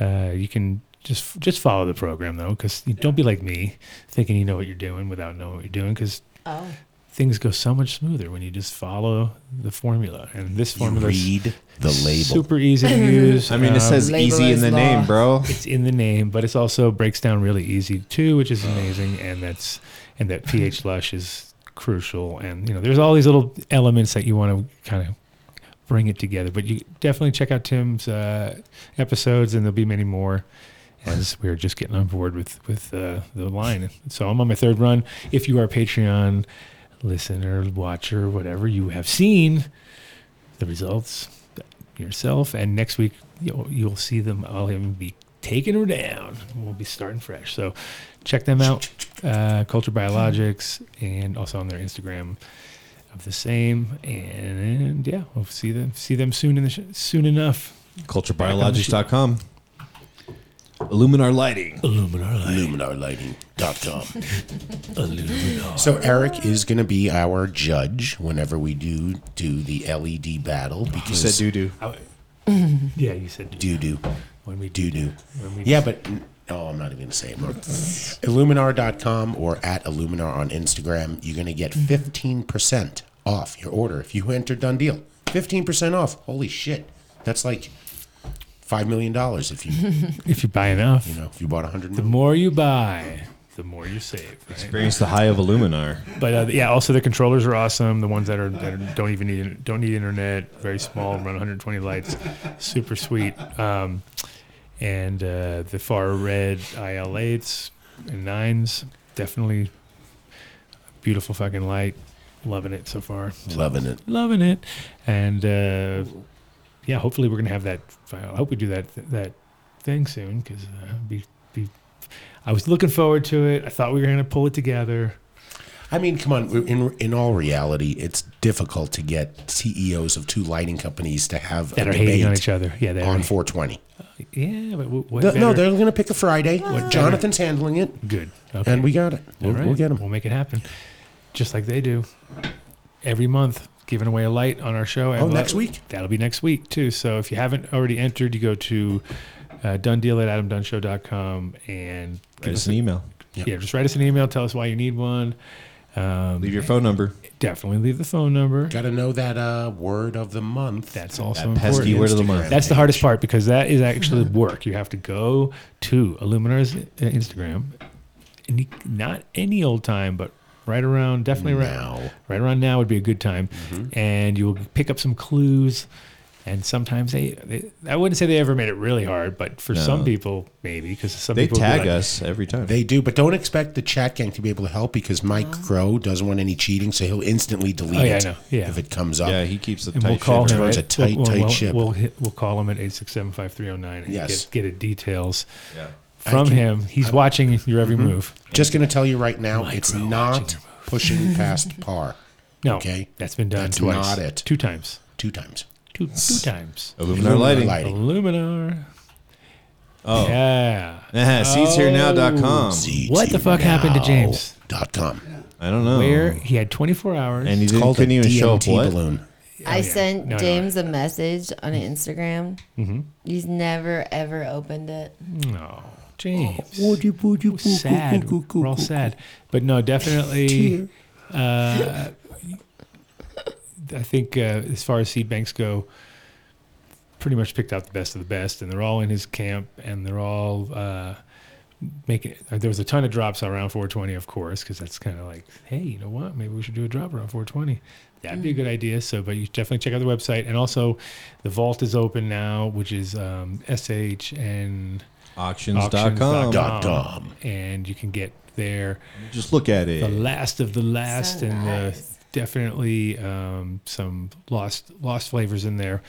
Speaker 4: Uh, you can just just follow the program though, because don't be like me thinking you know what you're doing without knowing what you're doing. Because
Speaker 6: Oh.
Speaker 4: things go so much smoother when you just follow the formula. And this formula is
Speaker 10: Read the label.
Speaker 4: super easy to use.
Speaker 7: I mean, it
Speaker 4: Um,
Speaker 7: says
Speaker 6: label
Speaker 7: easy in
Speaker 6: is
Speaker 7: the
Speaker 6: law.
Speaker 7: name, bro.
Speaker 4: it's in the name, but it's also breaks down really easy too, which is amazing. And that's and that pH lush is crucial. And you know, there's all these little elements that you want to kind of bring it together. But you definitely check out Tim's uh, episodes, and there'll be many more. As we're just getting on board with with uh, the line, so I'm on my third run. If you are a Patreon listener, watcher, whatever, you have seen the results yourself. And next week, you'll, you'll see them. I'll even be taking her down. We'll be starting fresh. So check them out, uh, Culture Biologics, and also on their Instagram of the same. And yeah, we'll see them see them soon in the sh- soon enough.
Speaker 7: Culturebiologics.com. Illuminar Lighting.
Speaker 5: LuminarLighting.com. so Eric is going to be our judge whenever we do do the LED battle
Speaker 7: You
Speaker 5: because
Speaker 7: said doo doo.
Speaker 4: Yeah, you said
Speaker 5: doo doo.
Speaker 4: when we do
Speaker 5: do do. Yeah, but oh, I'm not even gonna say it. Illuminar.com or at Illuminar on Instagram. You're gonna
Speaker 4: Mm-hmm.
Speaker 5: get 15% off your order if you enter Done Deal. 15% off. Holy shit, that's like five million dollars if you you
Speaker 4: if you buy enough.
Speaker 5: know if you bought a hundred
Speaker 4: The
Speaker 5: million.
Speaker 4: more you buy, the more you save. Right?
Speaker 7: Experience the high of Illuminar.
Speaker 4: But uh, yeah, also the controllers are awesome. The ones that are, that are don't even need don't need internet, very small, run 120 lights, super sweet. Um, and uh, the far red IL8s and nines, definitely beautiful fucking light. Loving it so far,
Speaker 5: Loving it.
Speaker 4: loving it. And uh, yeah, hopefully we're gonna have that. I hope we do that that thing soon because uh, be, be, I was looking forward to it. I thought we were gonna pull it together.
Speaker 5: I mean, come on. In in all reality, it's difficult to get CEOs of two lighting companies to have
Speaker 4: that
Speaker 5: a
Speaker 4: are hating
Speaker 5: debate
Speaker 4: on each other. Yeah, that
Speaker 5: on
Speaker 4: are,
Speaker 5: 420.
Speaker 4: yeah, but wh- what
Speaker 5: No, no,
Speaker 4: better-
Speaker 5: they're gonna pick a Friday. Jonathan's handling it,
Speaker 4: good. Okay.
Speaker 5: and we got it. We'll,
Speaker 4: All right.
Speaker 5: we'll get them.
Speaker 4: We'll make it happen, just like they do every month, giving away a light on our show.
Speaker 5: Oh, next week?
Speaker 4: That'll be next week too. So if you haven't already entered, you go to uh, done deal at adamdunshow.com and give
Speaker 7: Give us
Speaker 4: us
Speaker 7: an email.
Speaker 5: Yep.
Speaker 4: yeah, just write us an email. Tell us why you need one. Um,
Speaker 7: Leave your phone number.
Speaker 4: definitely leave the phone number.
Speaker 5: Got to know that uh, word of the month.
Speaker 4: That's also
Speaker 7: That
Speaker 4: important.
Speaker 7: pesky word of the month.
Speaker 4: That's the hardest part because that is actually work. You have to go to Illuminar's uh, Instagram, and you, not any old time, but right around, definitely
Speaker 5: Now. Mm-hmm.
Speaker 4: right, right around now would be a good time, and you will pick up some clues. And sometimes they, they, I wouldn't say they ever made it really hard, but for some people, maybe because some
Speaker 7: They
Speaker 4: people would be
Speaker 7: tag
Speaker 4: like,
Speaker 7: us every time.
Speaker 5: They do, but don't expect the chat gang to be able to help because Mike Crow doesn't want any cheating, so he'll instantly delete
Speaker 4: Oh, yeah,
Speaker 5: it
Speaker 4: I know. Yeah.
Speaker 5: if it comes up.
Speaker 7: yeah, he keeps the
Speaker 4: And
Speaker 7: tight
Speaker 4: we'll call
Speaker 7: ship.
Speaker 4: him.
Speaker 5: Runs
Speaker 4: Right?
Speaker 5: a tight,
Speaker 4: we'll,
Speaker 5: tight
Speaker 4: we'll,
Speaker 5: ship.
Speaker 4: We'll, hit, we'll call him at 867-5309 and
Speaker 5: Yes.
Speaker 4: get, get it details
Speaker 7: Yeah.
Speaker 4: from
Speaker 5: can-
Speaker 4: him. He's watching your every move.
Speaker 5: Just going to tell you right now,
Speaker 4: Mike
Speaker 5: it's
Speaker 4: Crow
Speaker 5: not
Speaker 4: watching your
Speaker 5: pushing past par
Speaker 4: No.
Speaker 5: Okay?
Speaker 4: That's been done
Speaker 5: That's
Speaker 4: twice.
Speaker 5: not it.
Speaker 4: Two times.
Speaker 5: two times.
Speaker 4: Two two times.
Speaker 7: Illuminar Lighting.
Speaker 5: Lighting.
Speaker 4: Illuminar.
Speaker 7: Oh.
Speaker 4: Yeah.
Speaker 7: Uh-huh.
Speaker 4: Oh,
Speaker 7: SeatsHereNow.com.
Speaker 4: What the fuck happened to James?
Speaker 5: Dot com.
Speaker 7: I don't know.
Speaker 4: Where he had 24 hours.
Speaker 7: Oh. And he
Speaker 5: It's
Speaker 7: didn't,
Speaker 5: called a
Speaker 7: couldn't even
Speaker 5: DMT
Speaker 7: show up. What?
Speaker 5: balloon.
Speaker 6: I
Speaker 4: No,
Speaker 6: sent
Speaker 4: Mm-hmm. no.
Speaker 6: James a message on Instagram. He's never ever opened it.
Speaker 4: no. James. It was sad. We're all sad. But no, definitely. Uh, I think uh, as far as seed banks go, pretty much picked out the best of the best, and they're all in his camp, and they're all uh, making. uh, There was a ton of drops around 420, of course, because that's kind of like, hey, you know what? Maybe we should do a drop around 420. That'd be a good idea. So, but you definitely check out the website, and also, the vault is open now, which is um, sh and
Speaker 7: Auctions.com.
Speaker 5: Dot com.
Speaker 4: and you can get there.
Speaker 7: Just look at
Speaker 4: The
Speaker 7: it.
Speaker 4: last of the last,
Speaker 6: So
Speaker 4: and uh,
Speaker 6: nice.
Speaker 4: definitely um, some lost lost flavors in there.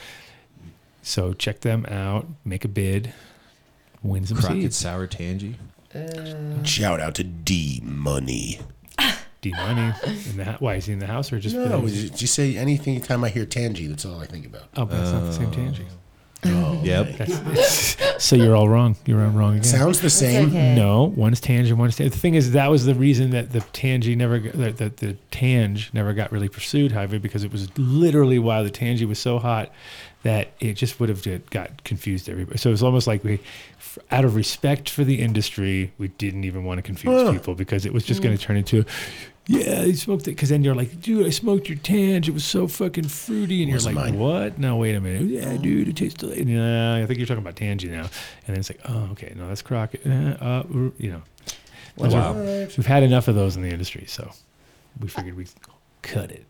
Speaker 4: So check them out. Make a bid. Win some
Speaker 7: Crockett
Speaker 4: seeds.
Speaker 7: Sour Tangy.
Speaker 5: Shout out to D Money.
Speaker 4: D Money in the house. Why is he in the house or just? for
Speaker 5: No,
Speaker 4: those-
Speaker 5: you, you say anything anytime I hear Tangy, that's all I think about.
Speaker 4: oh, but it's not the
Speaker 5: uh,
Speaker 4: same tangent.
Speaker 7: Yep.
Speaker 4: So you're all wrong. You're all wrong again.
Speaker 5: Sounds the same.
Speaker 6: okay.
Speaker 4: No, one's Tangy, one's Tangy. The thing is, that was the reason that the Tangy never, got- that the, the Tange never got really pursued, however, because it was literally why the Tangy was so hot that it just would have just got confused everybody. So it's almost like we, f- out of respect for the industry, we didn't even want to confuse people because it was just going to turn into. Yeah, they smoked it because then you're like, dude, I smoked your Tange. It was so fucking fruity, and you're like,
Speaker 5: mine.
Speaker 4: what? No, wait a minute. Yeah, dude, it tastes like. Nah, I think you're talking about Tangy now. And then it's like, oh, okay, no, that's Crockett. Uh, uh, r- you know, Those are- we've had enough of those in the industry, so we figured we cut it.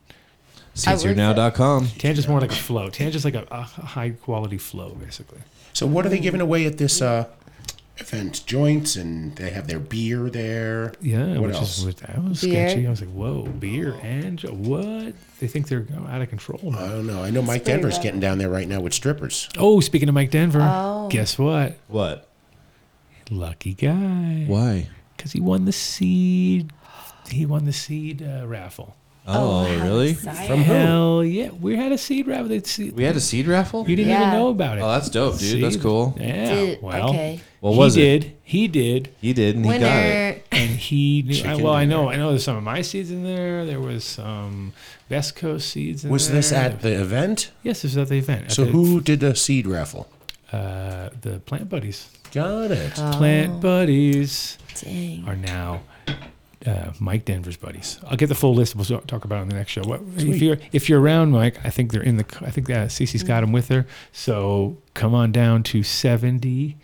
Speaker 7: Caesarnow.com.
Speaker 4: Tangent's more like a flow. Tangent's like a, a high quality flow, basically.
Speaker 5: So what are they giving away at this uh, event? Joints, and they have their beer there.
Speaker 4: Yeah,
Speaker 5: What
Speaker 4: which
Speaker 5: else?
Speaker 4: is what- Oh. that was
Speaker 6: Beer.
Speaker 4: sketchy. I was like, whoa, beer and jo- what? They think they're out of control.
Speaker 5: I
Speaker 4: Now.
Speaker 5: don't know. I know Mike
Speaker 6: pretty
Speaker 5: Denver's
Speaker 6: rough.
Speaker 5: getting down there right now with strippers.
Speaker 4: Uh, Oh, speaking of Mike Denver,
Speaker 6: Oh.
Speaker 4: guess what?
Speaker 7: What?
Speaker 4: Lucky guy.
Speaker 7: Why?
Speaker 4: Because he won the seed. He won the seed uh, raffle.
Speaker 7: Oh,
Speaker 6: how
Speaker 7: really?
Speaker 6: exciting.
Speaker 5: From who?
Speaker 4: Hell yeah, we had a seed raffle. They'd see-
Speaker 7: We had a seed raffle?
Speaker 4: you didn't even
Speaker 6: Yeah.
Speaker 4: know about it.
Speaker 7: Oh, that's dope, dude. That's
Speaker 4: See?
Speaker 7: cool.
Speaker 4: Yeah.
Speaker 6: Did-
Speaker 4: well,
Speaker 6: okay.
Speaker 7: What was
Speaker 4: he
Speaker 7: it?
Speaker 4: did. He did.
Speaker 7: He did, and he got it.
Speaker 6: Winner.
Speaker 4: And he knew. I,
Speaker 5: Chicken
Speaker 4: well, I
Speaker 5: dinner.
Speaker 4: know. I know there's some of my seeds in there. There was some West Coast seeds in
Speaker 5: Was
Speaker 4: there.
Speaker 5: this at the event?
Speaker 4: Yes, this was at the event. at
Speaker 5: So
Speaker 4: the,
Speaker 5: who did the seed raffle?
Speaker 4: Uh, the Plant Buddies.
Speaker 5: Got it.
Speaker 6: Oh.
Speaker 4: Plant Buddies
Speaker 6: Dang.
Speaker 4: are now. Uh, Mike Denver's buddies. I'll get the full list. We'll talk about it on the next show. What, if you're if you're around, Mike, I think they're in the. I think uh, Cece's got them with her. So come on down to seventy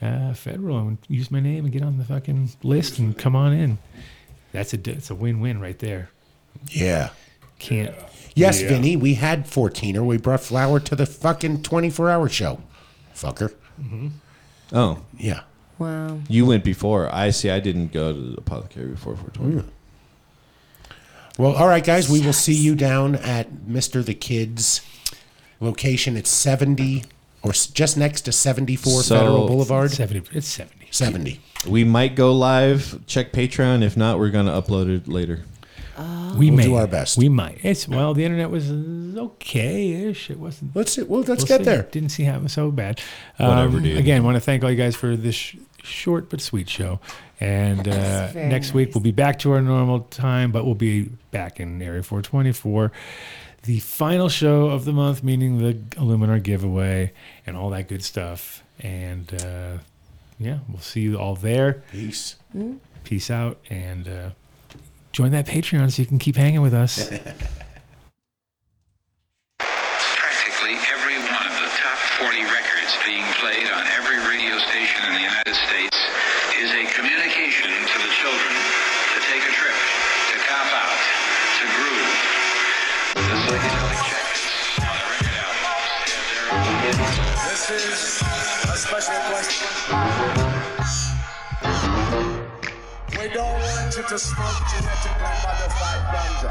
Speaker 4: uh, Federal and use my name and get on the fucking list and come on in. That's a d- it's a win-win right there.
Speaker 5: yeah.
Speaker 4: Can't.
Speaker 5: Yes,
Speaker 4: Yeah.
Speaker 5: Vinny, we had 14er. We brought flour to the fucking 24 hour show. Fucker.
Speaker 7: Oh,
Speaker 5: Yeah.
Speaker 6: Wow.
Speaker 7: you went before. I see. I didn't go to the apothecary before 420.
Speaker 5: Well, all right, guys. We will see you down at Mr. The Kid's location at 70 or s- just next to 74
Speaker 7: So-
Speaker 5: Federal Boulevard.
Speaker 4: Seventy. It's seventy.
Speaker 5: 70.
Speaker 7: We might go live. Check Patreon. If not, we're gonna upload it later.
Speaker 4: we
Speaker 5: Oh. We'll
Speaker 4: may
Speaker 5: do our best.
Speaker 4: We might. It's well, the internet was okay-ish. It wasn't.
Speaker 5: Let's see. Well, let's
Speaker 4: We'll
Speaker 5: get
Speaker 4: see.
Speaker 5: there.
Speaker 4: Didn't see how it was so bad. Um,
Speaker 7: Whatever, dude.
Speaker 4: Again, want to thank all you guys for this sh- short but sweet show. And uh,
Speaker 6: very
Speaker 4: next week
Speaker 6: nice.
Speaker 4: we'll be back to our normal time, but we'll be back in Area 420 for the final show of the month, meaning the Illuminar giveaway and all that good stuff. And uh, yeah, we'll see you all there.
Speaker 5: Peace.
Speaker 4: Peace out and uh, join that Patreon so you can keep hanging with us.
Speaker 1: practically every one of the top 40 records being played on every radio station in the United States is a communication to the children to take a trip, to cop out, to groove. The psychedelic jackets on the record albums have their own
Speaker 2: This is a special question. We don't want you to smoke genetically modified ganja.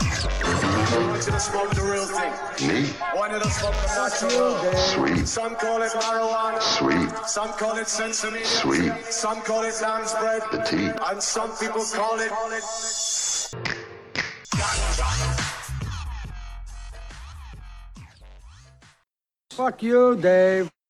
Speaker 2: We want you to smoke the real thing.
Speaker 10: Me?
Speaker 2: Want you to smoke the natural.
Speaker 10: Sweet.
Speaker 2: Some call it marijuana.
Speaker 10: Sweet.
Speaker 2: Some call it sesame.
Speaker 10: Sweet.
Speaker 2: Some call it lamb's bread.
Speaker 10: The tea.
Speaker 2: And some people call it.
Speaker 9: Fuck you, Dave.